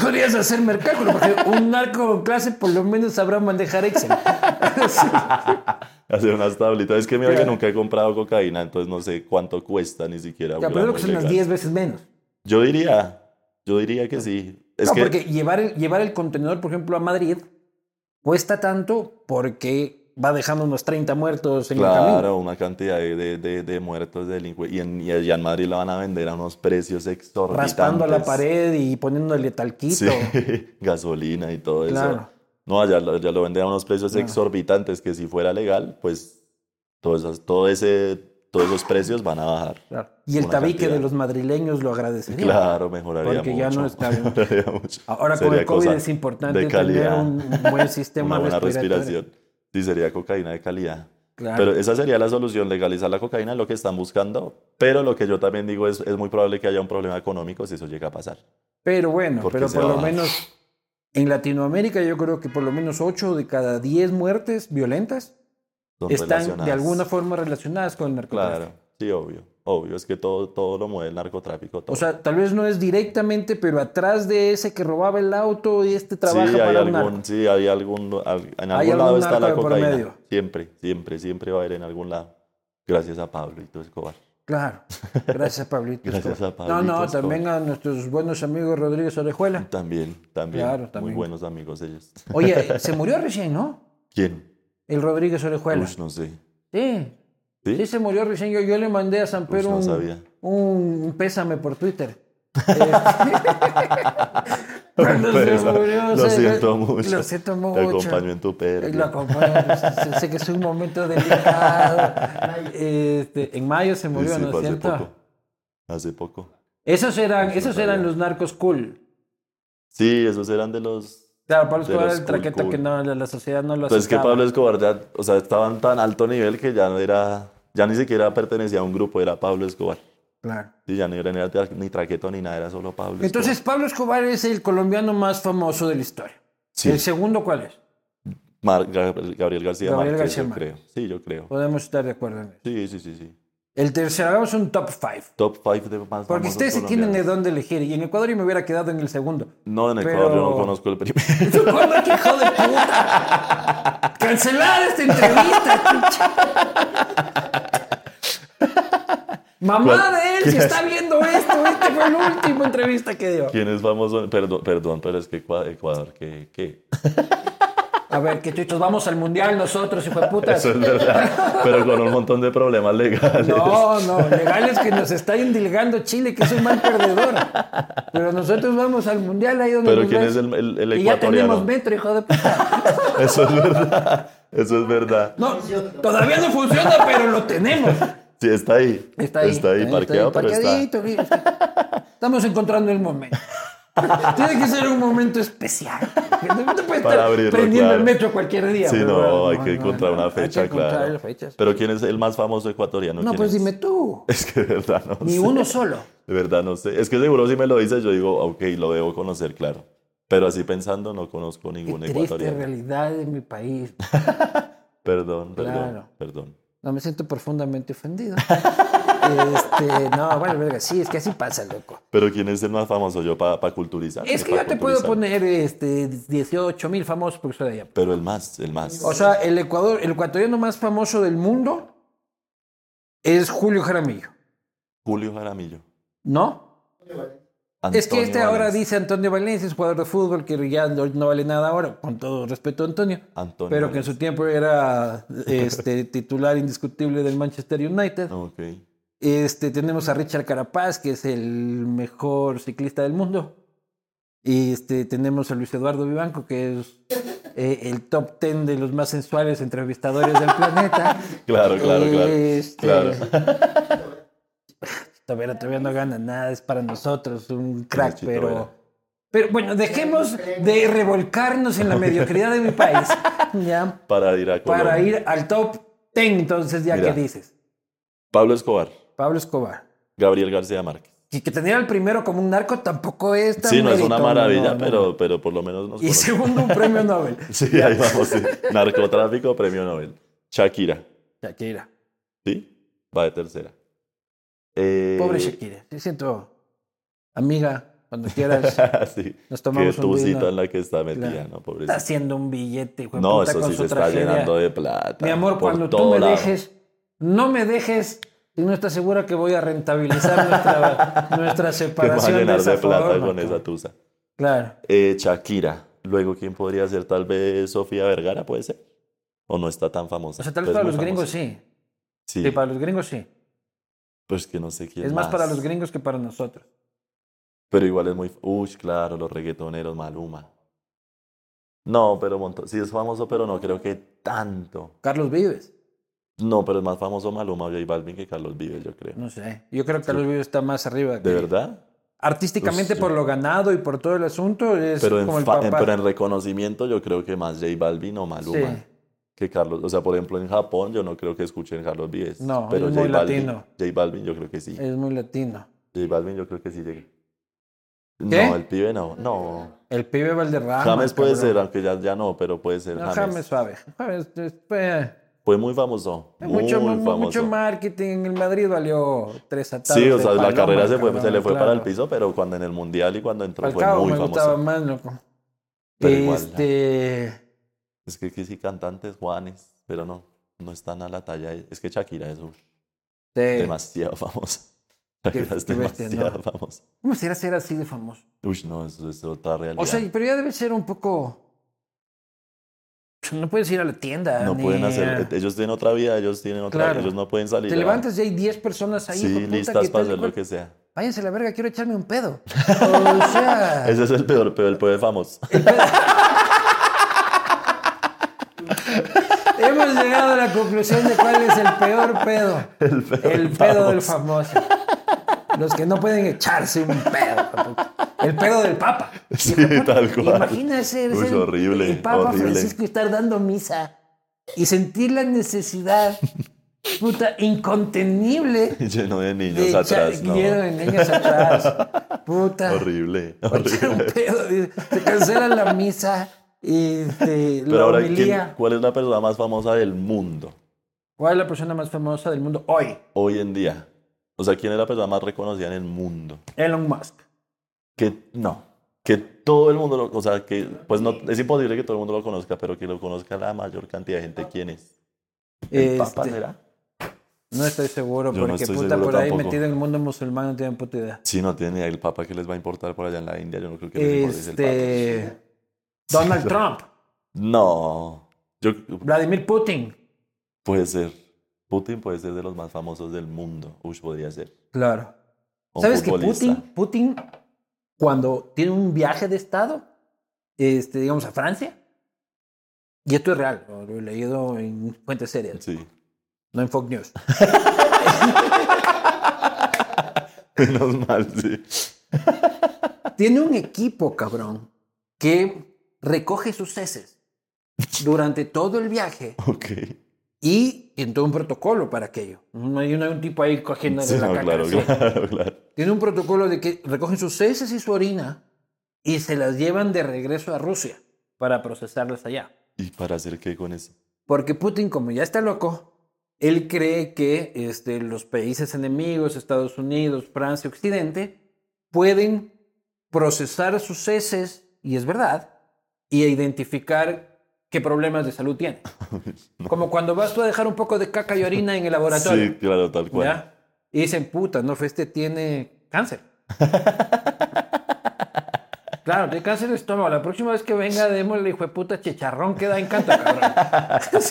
Speaker 1: podrías hacer mercado, porque un narco con clase por lo menos sabrá manejar Excel.
Speaker 2: Hacer unas tablitas. Es que mira
Speaker 1: Claro.
Speaker 2: que nunca he comprado cocaína, entonces no sé cuánto cuesta ni siquiera un
Speaker 1: Ya, pero creo
Speaker 2: gramo
Speaker 1: que son unas
Speaker 2: ilegal.
Speaker 1: 10 veces menos.
Speaker 2: Yo diría, yo diría que sí. Es
Speaker 1: no,
Speaker 2: que
Speaker 1: porque llevar el, llevar el contenedor, por ejemplo, a Madrid cuesta tanto porque va dejando unos 30 muertos en el camino.
Speaker 2: Claro, una cantidad de, de- de- de muertos de delincuentes. Y, en, y allá en Madrid la van a vender a unos precios exorbitantes.
Speaker 1: Raspando la pared y poniéndole talquito.
Speaker 2: Sí, gasolina y todo eso.
Speaker 1: Claro.
Speaker 2: No, allá lo, ya lo venden a unos precios exorbitantes que si fuera legal, pues todos esos- todo ese, todos esos precios van a bajar.
Speaker 1: Claro. Y el
Speaker 2: Una
Speaker 1: tabique
Speaker 2: cantidad.
Speaker 1: de los madrileños lo agradecería.
Speaker 2: Claro, mejoraría
Speaker 1: Porque ya
Speaker 2: mucho.
Speaker 1: no está bien.
Speaker 2: mejoraría mucho.
Speaker 1: Ahora con
Speaker 2: Sería
Speaker 1: el COVID
Speaker 2: cosa
Speaker 1: es importante
Speaker 2: de
Speaker 1: tener
Speaker 2: calidad.
Speaker 1: un un buen sistema
Speaker 2: una buena
Speaker 1: respiratorio.
Speaker 2: respiración. Sí, sería cocaína de calidad.
Speaker 1: Claro.
Speaker 2: Pero esa sería la solución, legalizar la cocaína, lo que están buscando. Pero lo que yo también digo es, es muy probable que haya un problema económico si eso llega a pasar.
Speaker 1: Pero bueno,
Speaker 2: Porque
Speaker 1: pero
Speaker 2: se
Speaker 1: por lo
Speaker 2: va.
Speaker 1: menos en Latinoamérica yo creo que por lo menos 8 de cada 10 muertes violentas
Speaker 2: Son
Speaker 1: están de
Speaker 2: relacionadas.
Speaker 1: alguna forma relacionadas con el narcotráfico.
Speaker 2: Claro, sí, obvio. Obvio, es que todo, todo lo mueve el narcotráfico. todo.
Speaker 1: O sea, tal vez no es directamente, pero atrás de ese que robaba el auto y este
Speaker 2: sí,
Speaker 1: trabaja
Speaker 2: hay
Speaker 1: para un
Speaker 2: algún,
Speaker 1: narco.
Speaker 2: sí, hay algún, al- en
Speaker 1: Hay
Speaker 2: algún lado
Speaker 1: algún
Speaker 2: está
Speaker 1: narco de
Speaker 2: la
Speaker 1: por
Speaker 2: cocaína.
Speaker 1: medio.
Speaker 2: Siempre, siempre, siempre va a haber en algún lado. Gracias a Pablo y todo Escobar.
Speaker 1: Claro. Gracias, Pablito.
Speaker 2: Gracias
Speaker 1: Escobar.
Speaker 2: a Pablito
Speaker 1: No, no,
Speaker 2: Escobar.
Speaker 1: también a nuestros buenos amigos Rodríguez Orejuela.
Speaker 2: También, también.
Speaker 1: Claro,
Speaker 2: Muy
Speaker 1: también.
Speaker 2: buenos amigos ellos.
Speaker 1: Oye, se murió recién, ¿no?
Speaker 2: ¿Quién?
Speaker 1: El Rodríguez Orejuela.
Speaker 2: Ush, no sé.
Speaker 1: Sí.
Speaker 2: ¿Sí?
Speaker 1: Sí, se murió recién. Yo, yo le mandé a San Pedro
Speaker 2: no
Speaker 1: un-
Speaker 2: sabía.
Speaker 1: un, un pésame por Twitter. Eh, Cuando se
Speaker 2: Pero,
Speaker 1: murió,
Speaker 2: lo
Speaker 1: se-
Speaker 2: siento mucho.
Speaker 1: Lo siento
Speaker 2: Te
Speaker 1: mucho.
Speaker 2: acompaño en tu
Speaker 1: Eh,
Speaker 2: pérdida.
Speaker 1: Lo acompaño. pues, sé- sé que es un momento delicado. Este, en mayo se murió,
Speaker 2: Sí, sí,
Speaker 1: ¿no
Speaker 2: fue
Speaker 1: es
Speaker 2: hace
Speaker 1: cierto?
Speaker 2: poco. Hace poco.
Speaker 1: Esos eran, esos
Speaker 2: no
Speaker 1: eran
Speaker 2: sabía.
Speaker 1: los narcos cool.
Speaker 2: Sí, esos eran de los.
Speaker 1: Claro, Pablo
Speaker 2: De
Speaker 1: Escobar era
Speaker 2: los
Speaker 1: el
Speaker 2: cool,
Speaker 1: traqueta
Speaker 2: cool.
Speaker 1: que no, la, la sociedad no lo
Speaker 2: Entonces, que
Speaker 1: aceptaba.
Speaker 2: Pablo Escobar ya, o sea, estaban tan alto nivel que ya no era. Ya ni siquiera pertenecía a un grupo, era Pablo Escobar.
Speaker 1: Claro.
Speaker 2: Sí, ya no era ni, tra- ni traqueto ni nada, era solo Pablo Escobar.
Speaker 1: Entonces, Pablo Escobar es el colombiano más famoso de la historia.
Speaker 2: Sí.
Speaker 1: ¿El segundo cuál es?
Speaker 2: Mar- Gab- Gabriel García
Speaker 1: Gabriel
Speaker 2: Márquez,
Speaker 1: García
Speaker 2: yo
Speaker 1: Márquez.
Speaker 2: creo. Sí, yo creo.
Speaker 1: Podemos estar de acuerdo en eso.
Speaker 2: Sí, sí, sí, sí.
Speaker 1: El tercer, hagamos un top 5.
Speaker 2: Top 5 de más
Speaker 1: Porque
Speaker 2: famosos
Speaker 1: ustedes sí tienen de
Speaker 2: colombianos.
Speaker 1: dónde elegir. Y en Ecuador yo me hubiera quedado en el segundo.
Speaker 2: No, en
Speaker 1: Pero-
Speaker 2: Ecuador yo no conozco el primero.
Speaker 1: ¿Tú cuándo, que hijo de puta? Cancelar esta entrevista. chucha. Mamá
Speaker 2: ¿Cuál?
Speaker 1: de él, si está viendo esto, este fue la última entrevista que dio.
Speaker 2: ¿Quién es famoso? Perdón, perdón, pero es que Ecua- Ecuador, ¿qué? qué?
Speaker 1: A ver, que chuchos, vamos al mundial nosotros, hijo de puta.
Speaker 2: Eso es verdad. Pero con un montón de problemas legales.
Speaker 1: No,
Speaker 2: Este.
Speaker 1: no, legal es que nos está indilgando Chile, que es un mal perdedor. Pero nosotros vamos al mundial ahí donde
Speaker 2: Pero
Speaker 1: nos
Speaker 2: ¿quién
Speaker 1: ven.
Speaker 2: es el- el- el
Speaker 1: Y ya tenemos
Speaker 2: ecuatoriano?
Speaker 1: metro, hijo de puta.
Speaker 2: Eso es verdad. Eso es verdad.
Speaker 1: No, todavía no funciona, pero lo tenemos.
Speaker 2: Sí, está ahí.
Speaker 1: Está ahí.
Speaker 2: Está ahí, parqueado, pero está.
Speaker 1: parqueadito, mira, está- Estamos encontrando el momento. Tiene que ser un momento especial. No te puedes
Speaker 2: Para
Speaker 1: estar
Speaker 2: abrirlo,
Speaker 1: prendiendo
Speaker 2: claro.
Speaker 1: el metro cualquier día.
Speaker 2: Sí,
Speaker 1: bro.
Speaker 2: no, hay que encontrar
Speaker 1: no, no,
Speaker 2: una
Speaker 1: hay que
Speaker 2: fecha,
Speaker 1: encontrar
Speaker 2: claro.
Speaker 1: las fechas.
Speaker 2: Pero ¿quién es el más famoso ecuatoriano?
Speaker 1: No,
Speaker 2: ¿Quién
Speaker 1: pues
Speaker 2: es?
Speaker 1: dime tú.
Speaker 2: Es que de verdad no
Speaker 1: Ni
Speaker 2: sé.
Speaker 1: uno solo.
Speaker 2: De verdad no sé. Es que seguro si me lo dices yo digo, ok, lo debo conocer, claro. Pero así pensando no conozco
Speaker 1: Qué
Speaker 2: ningún
Speaker 1: triste
Speaker 2: ecuatoriano.
Speaker 1: realidad de mi país.
Speaker 2: Perdón, perdón,
Speaker 1: Claro.
Speaker 2: perdón.
Speaker 1: No, me siento profundamente ofendido. Este, no, bueno, verga, sí, es que así pasa, loco.
Speaker 2: Pero ¿quién es el más famoso yo para culturizar?
Speaker 1: Es que yo te puedo poner este, 18 mil famosos porque soy de allá.
Speaker 2: Pero el más, el más.
Speaker 1: O sea, el, Ecuador, el ecuatoriano más famoso del mundo es Julio Jaramillo,
Speaker 2: Julio Jaramillo.
Speaker 1: ¿no? es que
Speaker 2: Antonio
Speaker 1: este ahora
Speaker 2: Valencia.
Speaker 1: dice Antonio Valencia, es jugador de fútbol que ya no, no vale nada ahora, con todo respeto a Antonio.
Speaker 2: Antonio
Speaker 1: pero que en su tiempo era este, titular indiscutible del Manchester United.
Speaker 2: Ok.
Speaker 1: Este, tenemos a Richard Carapaz, que es el mejor ciclista del mundo. Y este, tenemos a Luis Eduardo Vivanco, que es eh, el top 10 de los más sensuales entrevistadores del planeta.
Speaker 2: Claro, claro, claro.
Speaker 1: Este,
Speaker 2: Claro.
Speaker 1: Todavía, todavía no gana nada, es para nosotros un crack,
Speaker 2: Chito Vera.
Speaker 1: pero. Pero bueno, dejemos de revolcarnos en la mediocridad de mi país. Ya,
Speaker 2: Para ir a Colombia.
Speaker 1: para ir al top 10, entonces, ya
Speaker 2: Mira.
Speaker 1: que dices.
Speaker 2: Pablo Escobar,
Speaker 1: Pablo Escobar.
Speaker 2: Gabriel García Márquez.
Speaker 1: que, que tener al primero como un narco tampoco es tan
Speaker 2: Sí, no es
Speaker 1: mérito,
Speaker 2: una
Speaker 1: no,
Speaker 2: maravilla,
Speaker 1: no, no.
Speaker 2: Pero, pero pues, por lo menos nos
Speaker 1: Y
Speaker 2: conocemos.
Speaker 1: segundo, un premio Nobel.
Speaker 2: Sí, ahí vamos. sí. Narcotráfico, premio Nobel. Shakira,
Speaker 1: Shakira.
Speaker 2: ¿sí? Va de tercera. Eh,
Speaker 1: Pobre Shakira. Te siento, amiga, cuando quieras.
Speaker 2: sí.
Speaker 1: Nos tomamos
Speaker 2: Qué
Speaker 1: un vino.
Speaker 2: tucita en la que está metida,
Speaker 1: Claro.
Speaker 2: ¿no?
Speaker 1: está
Speaker 2: Pobrecita.
Speaker 1: haciendo un billete, hijo de
Speaker 2: No,
Speaker 1: puta,
Speaker 2: eso
Speaker 1: con
Speaker 2: sí
Speaker 1: su
Speaker 2: se está
Speaker 1: tragedia.
Speaker 2: llenando de plata.
Speaker 1: Mi amor,
Speaker 2: por
Speaker 1: cuando tú
Speaker 2: todo
Speaker 1: me
Speaker 2: lado.
Speaker 1: dejes, no me dejes si no estás segura que voy a rentabilizar nuestra, nuestra
Speaker 2: Te vas a
Speaker 1: separación de
Speaker 2: llenar
Speaker 1: esa
Speaker 2: de plata
Speaker 1: forma,
Speaker 2: con
Speaker 1: cabrón.
Speaker 2: esa tusa.
Speaker 1: Claro.
Speaker 2: Eh, Shakira. Luego, ¿quién podría ser? Tal vez Sofía Vergara, puede ser. O no está tan famosa.
Speaker 1: O sea, tal vez
Speaker 2: Pero es
Speaker 1: para
Speaker 2: muy
Speaker 1: los gringos
Speaker 2: famosa.
Speaker 1: sí.
Speaker 2: sí.
Speaker 1: Sí, para los gringos sí.
Speaker 2: Pues que no sé quién
Speaker 1: Es más para los gringos que para nosotros.
Speaker 2: Pero igual es muy. Uy, claro, los reggaetoneros, Maluma. No, pero montón. Sí, es famoso, pero no creo que tanto.
Speaker 1: Carlos Vives.
Speaker 2: No, pero es más famoso Maluma J Balvin que Carlos Vives, yo creo.
Speaker 1: No sé. Yo creo que Carlos Vives está más arriba.
Speaker 2: ¿De
Speaker 1: que-
Speaker 2: verdad?
Speaker 1: Artísticamente, por lo ganado y por todo el asunto, es
Speaker 2: Pero en,
Speaker 1: como el
Speaker 2: fa- en-
Speaker 1: papá.
Speaker 2: pero en reconocimiento, yo creo que más J Balvin o Maluma
Speaker 1: Sí.
Speaker 2: que Carlos. O sea, por ejemplo, en Japón, yo no creo que escuchen Carlos Vives.
Speaker 1: No,
Speaker 2: pero
Speaker 1: es
Speaker 2: J
Speaker 1: muy
Speaker 2: Balvin,
Speaker 1: latino.
Speaker 2: J Balvin, yo creo que sí.
Speaker 1: Es muy latino.
Speaker 2: J Balvin, yo creo que sí llega.
Speaker 1: ¿Qué?
Speaker 2: No, el pibe no. No.
Speaker 1: El pibe Valderrama.
Speaker 2: James puede
Speaker 1: cabrón.
Speaker 2: ser, aunque ya, ya no, pero puede ser
Speaker 1: No,
Speaker 2: James.
Speaker 1: James. suave. James, eh, fue-
Speaker 2: Fue muy famoso. Muy
Speaker 1: mucho, mu-
Speaker 2: famoso.
Speaker 1: mucho marketing en el Madrid valió tres atados.
Speaker 2: Sí, o
Speaker 1: de
Speaker 2: sea, la
Speaker 1: paloma,
Speaker 2: carrera se, fue,
Speaker 1: cabrón,
Speaker 2: se le fue para el
Speaker 1: claro.
Speaker 2: piso, pero cuando en el mundial y cuando entró fue
Speaker 1: Falcao
Speaker 2: muy
Speaker 1: me gustaba
Speaker 2: famoso.
Speaker 1: más, loco.
Speaker 2: Pero igual,
Speaker 1: este.
Speaker 2: Es que, que sí, cantantes, Juanes, pero no, no están a la talla. Es que Shakira es uf,
Speaker 1: sí.
Speaker 2: demasiado famosa. Shakira es
Speaker 1: Eh. qué bestia, ¿no?
Speaker 2: demasiado famosa.
Speaker 1: ¿Cómo será ser así de famoso?
Speaker 2: Uy, no, eso es otra realidad.
Speaker 1: O sea, pero ya debe ser un poco. No puedes ir a la tienda.
Speaker 2: no
Speaker 1: ni
Speaker 2: pueden
Speaker 1: a-
Speaker 2: hacer, eh, ellos tienen otra vida, ellos tienen otra,
Speaker 1: Claro.
Speaker 2: ellos no pueden salir.
Speaker 1: Te
Speaker 2: a-
Speaker 1: levantas y hay 10 personas ahí. hijo
Speaker 2: sí,
Speaker 1: de puta,
Speaker 2: listas
Speaker 1: que
Speaker 2: para
Speaker 1: tal
Speaker 2: hacer
Speaker 1: cual.
Speaker 2: lo que sea.
Speaker 1: Váyanse a la verga, quiero echarme un pedo. O sea,
Speaker 2: Ese es el peor, pero el peor famoso.
Speaker 1: Eh, hemos llegado a la conclusión de cuál es el peor pedo. El pedo, del famoso. Los que no pueden echarse un pedo. hijo de puta. El pedo del Papa.
Speaker 2: Sí,
Speaker 1: Hijo de puta,
Speaker 2: tal cual.
Speaker 1: Imagina ser,
Speaker 2: Uy,
Speaker 1: ser
Speaker 2: horrible,
Speaker 1: el Papa
Speaker 2: horrible.
Speaker 1: Francisco y estar dando misa y sentir la necesidad puta incontenible
Speaker 2: Lleno de niños
Speaker 1: de echar
Speaker 2: atrás, no.
Speaker 1: lleno de niños atrás. Puta.
Speaker 2: Horrible,
Speaker 1: O echar un
Speaker 2: horrible.
Speaker 1: pedo, dice, se cancela la misa y este,
Speaker 2: Pero
Speaker 1: la
Speaker 2: ahora, ¿quién-
Speaker 1: homilía.
Speaker 2: ¿cuál es la persona más famosa del mundo?
Speaker 1: ¿Cuál es la persona más famosa del mundo hoy?
Speaker 2: Hoy en día. O sea, ¿quién es la persona más reconocida en el mundo?
Speaker 1: Elon Musk.
Speaker 2: Que no. Que todo el mundo lo, o sea, que pues no es imposible que todo el mundo lo conozca, pero que lo conozca la mayor cantidad de gente quién es. ¿El Papa
Speaker 1: Este,
Speaker 2: será?
Speaker 1: no estoy seguro,
Speaker 2: Yo no
Speaker 1: porque
Speaker 2: estoy
Speaker 1: puta
Speaker 2: seguro
Speaker 1: por ahí
Speaker 2: tampoco.
Speaker 1: metido en el mundo musulmán no tienen puta idea.
Speaker 2: Sí, no tiene ni idea. el Papa que les va a importar por allá en la India, yo no creo que les importe es el Papa.
Speaker 1: Este. Donald Trump.
Speaker 2: No. Yo
Speaker 1: Vladimir Putin.
Speaker 2: puede ser Putin puede ser de los más famosos del mundo. Uy, podría ser.
Speaker 1: Claro.
Speaker 2: Un
Speaker 1: ¿Sabes que
Speaker 2: futbolista.
Speaker 1: Putin, Putin, cuando tiene un viaje de Estado, este, digamos, a Francia, y esto es real, lo lo he leído en fuentes serias,
Speaker 2: Sí.
Speaker 1: no en Fox News.
Speaker 2: Menos mal, sí.
Speaker 1: tiene un equipo, cabrón, que recoge sus heces durante todo el viaje
Speaker 2: Ok.
Speaker 1: y tiene todo un protocolo para aquello. No hay, no hay un tipo ahí cogiendo
Speaker 2: Sí,
Speaker 1: de la
Speaker 2: no,
Speaker 1: caca,
Speaker 2: claro,
Speaker 1: sí.
Speaker 2: claro, claro.
Speaker 1: Tiene un protocolo de que recogen sus heces y su orina y se las llevan de regreso a Rusia para procesarlas allá.
Speaker 2: ¿Y para hacer qué con eso?
Speaker 1: Porque Putin, como ya está loco, él cree que este, los países enemigos, Estados Unidos, Francia, Occidente, pueden procesar sus heces, y es verdad, y identificar qué problemas de salud tiene. Como cuando vas tú a dejar un poco de caca y orina en el laboratorio.
Speaker 2: Sí, claro, tal cual.
Speaker 1: ¿ya? Y dicen, puta, no, este tiene cáncer. Claro, tiene cáncer de estómago. La próxima vez que venga, démosle, hijo de puta, chicharrón que da encanta, cabrón.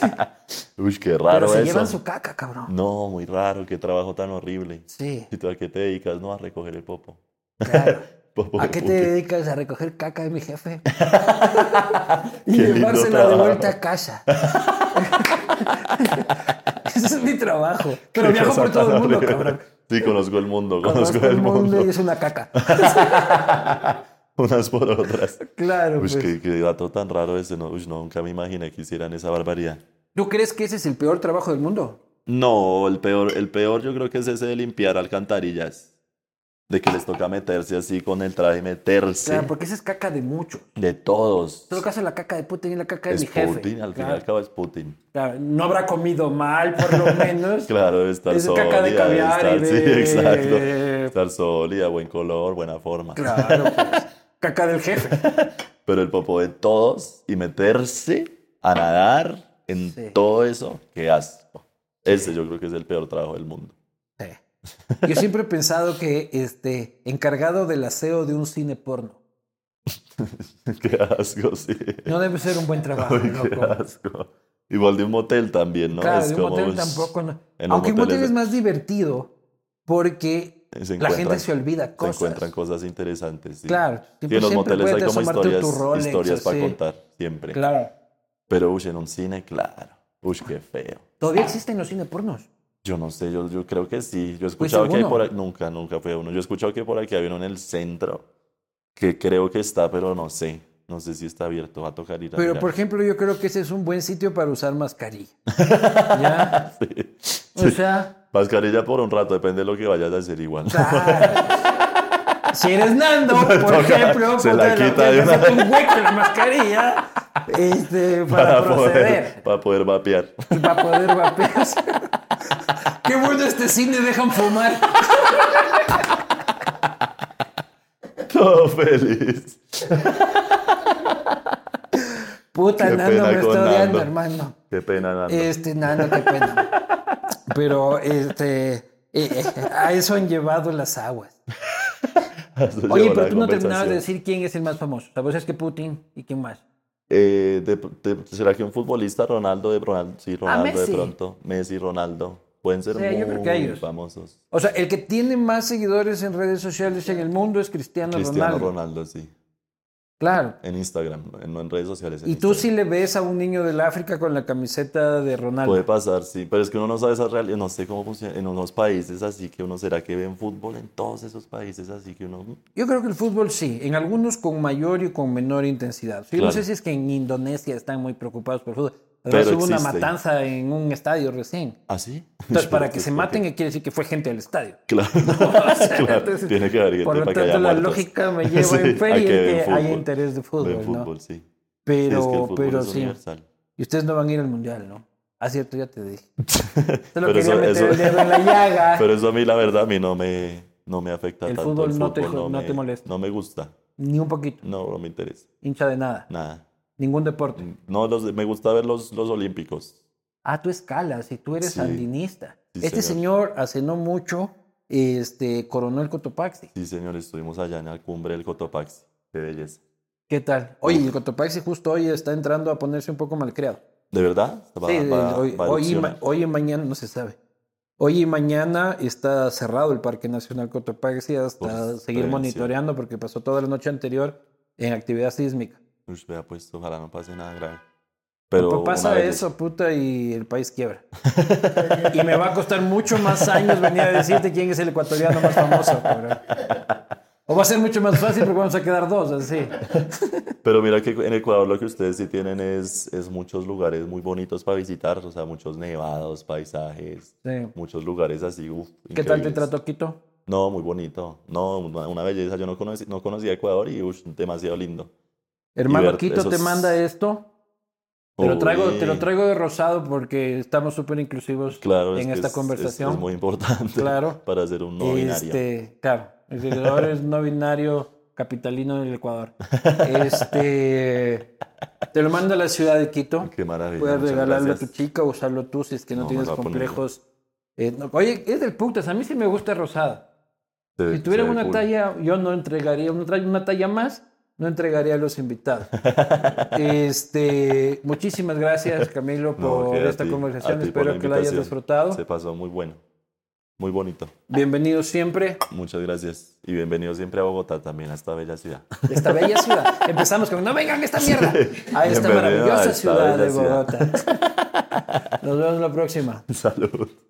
Speaker 1: Sí.
Speaker 2: Uy, qué
Speaker 1: Pero
Speaker 2: raro
Speaker 1: se
Speaker 2: eso.
Speaker 1: llevan su caca, cabrón.
Speaker 2: No, muy raro, qué trabajo tan horrible.
Speaker 1: Sí,
Speaker 2: ¿Y tú a qué te dedicas? No, a recoger el popo.
Speaker 1: claro.
Speaker 2: Popo
Speaker 1: ¿A
Speaker 2: de
Speaker 1: qué te
Speaker 2: Putin.
Speaker 1: dedicas? A recoger caca de mi jefe. y
Speaker 2: Qué lindo
Speaker 1: llevársela de
Speaker 2: trabajo.
Speaker 1: vuelta a casa. Ese es mi trabajo. Pero
Speaker 2: Qué
Speaker 1: viajo
Speaker 2: cosa
Speaker 1: por todo el
Speaker 2: tan
Speaker 1: mundo,
Speaker 2: horrible.
Speaker 1: cabrón.
Speaker 2: Sí, conozco el mundo, conozco,
Speaker 1: Conozco el mundo y
Speaker 2: mundo.
Speaker 1: es una caca.
Speaker 2: Unas por otras.
Speaker 1: Claro,
Speaker 2: Uy,
Speaker 1: pues.
Speaker 2: qué, qué dato tan raro ese. No, uy, nunca me imaginé que hicieran esa barbaridad.
Speaker 1: ¿Tú crees que ese es el peor trabajo del mundo?
Speaker 2: No, el peor, el peor yo creo que es ese de limpiar alcantarillas. De que les toca meterse así con el traje, meterse.
Speaker 1: Claro, porque esa es caca de muchos.
Speaker 2: De todos.
Speaker 1: En todo caso, la caca de Putin y la caca de
Speaker 2: Es
Speaker 1: mi jefe.
Speaker 2: Putin, al fin y
Speaker 1: Claro,
Speaker 2: al cabo es Putin.
Speaker 1: claro. No habrá comido mal, por lo menos.
Speaker 2: Claro, debe estar
Speaker 1: Es caca de
Speaker 2: sólida, debe
Speaker 1: caviar y
Speaker 2: estar, sí,
Speaker 1: de-
Speaker 2: exacto. Estar sólida, buen color, buena forma.
Speaker 1: Claro, pues. Caca del jefe.
Speaker 2: Pero el popo de todos y meterse a nadar en
Speaker 1: Sí.
Speaker 2: todo eso, qué asco. Ese yo creo que es el peor trabajo del mundo.
Speaker 1: Sí. Yo siempre he pensado que este encargado del aseo de un cine porno
Speaker 2: qué asco, sí.
Speaker 1: no debe ser un buen trabajo,
Speaker 2: Ay,
Speaker 1: Ah,
Speaker 2: qué
Speaker 1: loco.
Speaker 2: asco. Igual de un motel también, ¿no?
Speaker 1: Claro,
Speaker 2: Es
Speaker 1: de un
Speaker 2: como,
Speaker 1: motel
Speaker 2: ush,
Speaker 1: tampoco. no.
Speaker 2: en un
Speaker 1: Aunque un
Speaker 2: motel
Speaker 1: motel
Speaker 2: es-
Speaker 1: es más divertido porque
Speaker 2: se
Speaker 1: la gente
Speaker 2: encuentran-
Speaker 1: se olvida
Speaker 2: Se
Speaker 1: cosas.
Speaker 2: encuentran cosas interesantes. Sí.
Speaker 1: Claro,
Speaker 2: Sí,
Speaker 1: siempre-
Speaker 2: en los
Speaker 1: siempre
Speaker 2: moteles hay
Speaker 1: puedes
Speaker 2: como
Speaker 1: asomarte a tu
Speaker 2: historias,
Speaker 1: Rolex,
Speaker 2: historias para
Speaker 1: así.
Speaker 2: contar, siempre.
Speaker 1: Claro.
Speaker 2: Pero, uy, en un cine, claro. Uy, qué feo.
Speaker 1: Todavía existen los cine pornos.
Speaker 2: Yo no sé, yo, yo creo que sí. Yo he
Speaker 1: ¿Fuiste
Speaker 2: escuchado que hay
Speaker 1: uno?
Speaker 2: por aquí, nunca, nunca fue uno. Yo he escuchado que por aquí había uno en el centro, que creo que está, pero no sé. No sé si está abierto, va a tocar ir a
Speaker 1: Pero,
Speaker 2: mirar.
Speaker 1: por ejemplo, yo creo que ese es un buen sitio para usar mascarilla. ¿Ya? O sea,
Speaker 2: Mascarilla por un rato, depende de lo que vayas a hacer igual.
Speaker 1: claro. ah, si eres Nando, por
Speaker 2: toca-
Speaker 1: ejemplo,
Speaker 2: se la
Speaker 1: puta,
Speaker 2: quita de
Speaker 1: tienes
Speaker 2: una-
Speaker 1: que hacer un hueco en la mascarilla este, para,
Speaker 2: poder,
Speaker 1: proceder
Speaker 2: para poder vapear.
Speaker 1: y para poder vapearse. Qué bueno este cine, dejan fumar.
Speaker 2: Todo feliz.
Speaker 1: Puta,
Speaker 2: Qué
Speaker 1: Nando,
Speaker 2: pena
Speaker 1: me
Speaker 2: con
Speaker 1: está odiando,
Speaker 2: Nando.
Speaker 1: hermano.
Speaker 2: Qué pena, Nando.
Speaker 1: Este, Nando, qué pena. Pero, este, eh, eh, a eso han llevado las aguas.
Speaker 2: Eso
Speaker 1: Oye, pero
Speaker 2: llevó Pues la
Speaker 1: tú no terminabas
Speaker 2: conversación.
Speaker 1: de decir quién es el más famoso. La voz es que Putin y quién más.
Speaker 2: Eh, de- de- ¿Será que un futbolista, Ronaldo, de Ronaldo, sí, Ronaldo
Speaker 1: Ah, Messi.
Speaker 2: de pronto, Messi, Ronaldo, pueden ser
Speaker 1: Sí,
Speaker 2: muy
Speaker 1: yo creo que ellos.
Speaker 2: famosos?
Speaker 1: O sea, el que tiene más seguidores en redes sociales en el mundo es Cristiano,
Speaker 2: Cristiano
Speaker 1: Ronaldo.
Speaker 2: Ronaldo, sí.
Speaker 1: Claro.
Speaker 2: En Instagram, no en, no en redes sociales. en
Speaker 1: Y tú
Speaker 2: Instagram.
Speaker 1: sí le ves a un niño del África con la camiseta de Ronaldo.
Speaker 2: Puede pasar, sí, pero es que uno no sabe esa realidad, no sé cómo funciona en unos países así que uno será que ven fútbol en todos esos países así que uno
Speaker 1: Yo creo que el fútbol sí, en algunos con mayor y con menor intensidad. Yo no
Speaker 2: Claro.
Speaker 1: sé si es que en Indonesia están muy preocupados por el fútbol. Además,
Speaker 2: Pero
Speaker 1: hubo una
Speaker 2: existe.
Speaker 1: matanza en un estadio recién.
Speaker 2: así.
Speaker 1: Entonces, para que se maten, quiere decir que fue gente del estadio.
Speaker 2: Claro, claro,
Speaker 1: Entonces,
Speaker 2: tiene que haber gente
Speaker 1: Por lo
Speaker 2: para que
Speaker 1: tanto,
Speaker 2: haya
Speaker 1: la
Speaker 2: muertos.
Speaker 1: lógica me lleva
Speaker 2: Sí,
Speaker 1: en feria
Speaker 2: a que
Speaker 1: que,
Speaker 2: ven
Speaker 1: haya
Speaker 2: fútbol.
Speaker 1: interés de
Speaker 2: Ven
Speaker 1: fútbol, ¿no?
Speaker 2: fútbol, sí. Sí, es que el
Speaker 1: Pero,
Speaker 2: fútbol
Speaker 1: pero
Speaker 2: es
Speaker 1: sí.
Speaker 2: universal.
Speaker 1: Y ustedes no van a ir al mundial, ¿no? Ah, cierto, ya te dije. Te lo
Speaker 2: Pero
Speaker 1: quería
Speaker 2: eso-
Speaker 1: meter
Speaker 2: eso-
Speaker 1: el dedo en la llaga.
Speaker 2: Pero eso a mí, la verdad, a mí no me, no me afecta
Speaker 1: El
Speaker 2: tanto.
Speaker 1: fútbol no te jo- no
Speaker 2: me-
Speaker 1: te molesta.
Speaker 2: No me gusta.
Speaker 1: Ni un poquito.
Speaker 2: No, no me interesa.
Speaker 1: Hincha de nada.
Speaker 2: Nada.
Speaker 1: Ningún deporte.
Speaker 2: No, los, me gusta ver los, los olímpicos.
Speaker 1: Ah, tú escalas y tú eres
Speaker 2: Sí.
Speaker 1: sandinista.
Speaker 2: Sí,
Speaker 1: este señor. hace no mucho este, coronó el Cotopaxi.
Speaker 2: Sí, señor, estuvimos allá en la cumbre del Cotopaxi. Qué belleza.
Speaker 1: ¿Qué tal? Oye, el Cotopaxi justo hoy está entrando a ponerse un poco malcriado.
Speaker 2: ¿De verdad? Va-
Speaker 1: Sí,
Speaker 2: va-
Speaker 1: hoy,
Speaker 2: va a
Speaker 1: hoy y ma-
Speaker 2: erupcionar.
Speaker 1: hoy y mañana no se sabe. Hoy y mañana está cerrado el Parque Nacional Cotopaxi hasta
Speaker 2: Por
Speaker 1: seguir
Speaker 2: prevención.
Speaker 1: monitoreando porque pasó toda la noche anterior en actividad sísmica.
Speaker 2: Ush, vea, pues, ojalá no pase nada grave. Pero
Speaker 1: Pues pasa
Speaker 2: una belleza.
Speaker 1: eso, puta, y el país quiebra. y me va a costar mucho más años venir a decirte quién es el ecuatoriano más famoso, cabrón. O va a ser mucho más fácil porque vamos a quedar dos, así.
Speaker 2: Pero mira que en Ecuador lo que ustedes sí tienen es, es muchos lugares muy bonitos para visitar, o sea, muchos nevados, paisajes,
Speaker 1: Sí.
Speaker 2: muchos lugares así. uf,
Speaker 1: ¿Qué tal te
Speaker 2: increíbles.
Speaker 1: trató Quito?
Speaker 2: No, muy bonito. No, una una belleza. Yo no, conocí, no conocía Ecuador y ush, demasiado lindo.
Speaker 1: Hermano
Speaker 2: ver
Speaker 1: Quito te
Speaker 2: esos-
Speaker 1: manda esto. Te
Speaker 2: Oh,
Speaker 1: lo, traigo, te lo
Speaker 2: Uy,
Speaker 1: traigo de rosado porque estamos súper inclusivos
Speaker 2: Claro, es
Speaker 1: en
Speaker 2: que
Speaker 1: esta
Speaker 2: es- es-
Speaker 1: conversación.
Speaker 2: Es, muy importante
Speaker 1: Claro.
Speaker 2: para ser un no binario.
Speaker 1: Este, claro, el seguidor es no binario capitalino del Ecuador. Este, te lo mando a la ciudad de Quito.
Speaker 2: Qué maravilla.
Speaker 1: Puedes
Speaker 2: muchas
Speaker 1: regalarlo a tu
Speaker 2: gracias.
Speaker 1: chica, usarlo tú si es que no,
Speaker 2: No, me
Speaker 1: tienes
Speaker 2: lo voy a poner
Speaker 1: complejos. Eh, no, oye, es del putas, a mí sí me gusta rosada.
Speaker 2: Se ve-
Speaker 1: Si tuviera
Speaker 2: se ve
Speaker 1: una
Speaker 2: cool.
Speaker 1: talla, yo no entregaría, una, tra- una talla más, no entregaría a los invitados. este, muchísimas gracias, Camilo,
Speaker 2: No,
Speaker 1: por
Speaker 2: que a
Speaker 1: esta
Speaker 2: ti, a
Speaker 1: conversación.
Speaker 2: ti por
Speaker 1: Espero que la hayas
Speaker 2: invitación.
Speaker 1: disfrutado.
Speaker 2: Se pasó muy bueno. Muy bonito.
Speaker 1: Bienvenido siempre
Speaker 2: Muchas gracias. Y bienvenido siempre a Bogotá también, a esta bella ciudad.
Speaker 1: a esta bella ciudad. Empezamos con, no vengan a esta mierda, a esta
Speaker 2: Bienvenido a
Speaker 1: maravillosa
Speaker 2: esta
Speaker 1: ciudad de
Speaker 2: bella ciudad.
Speaker 1: Bogotá. Nos vemos la próxima.
Speaker 2: Salud.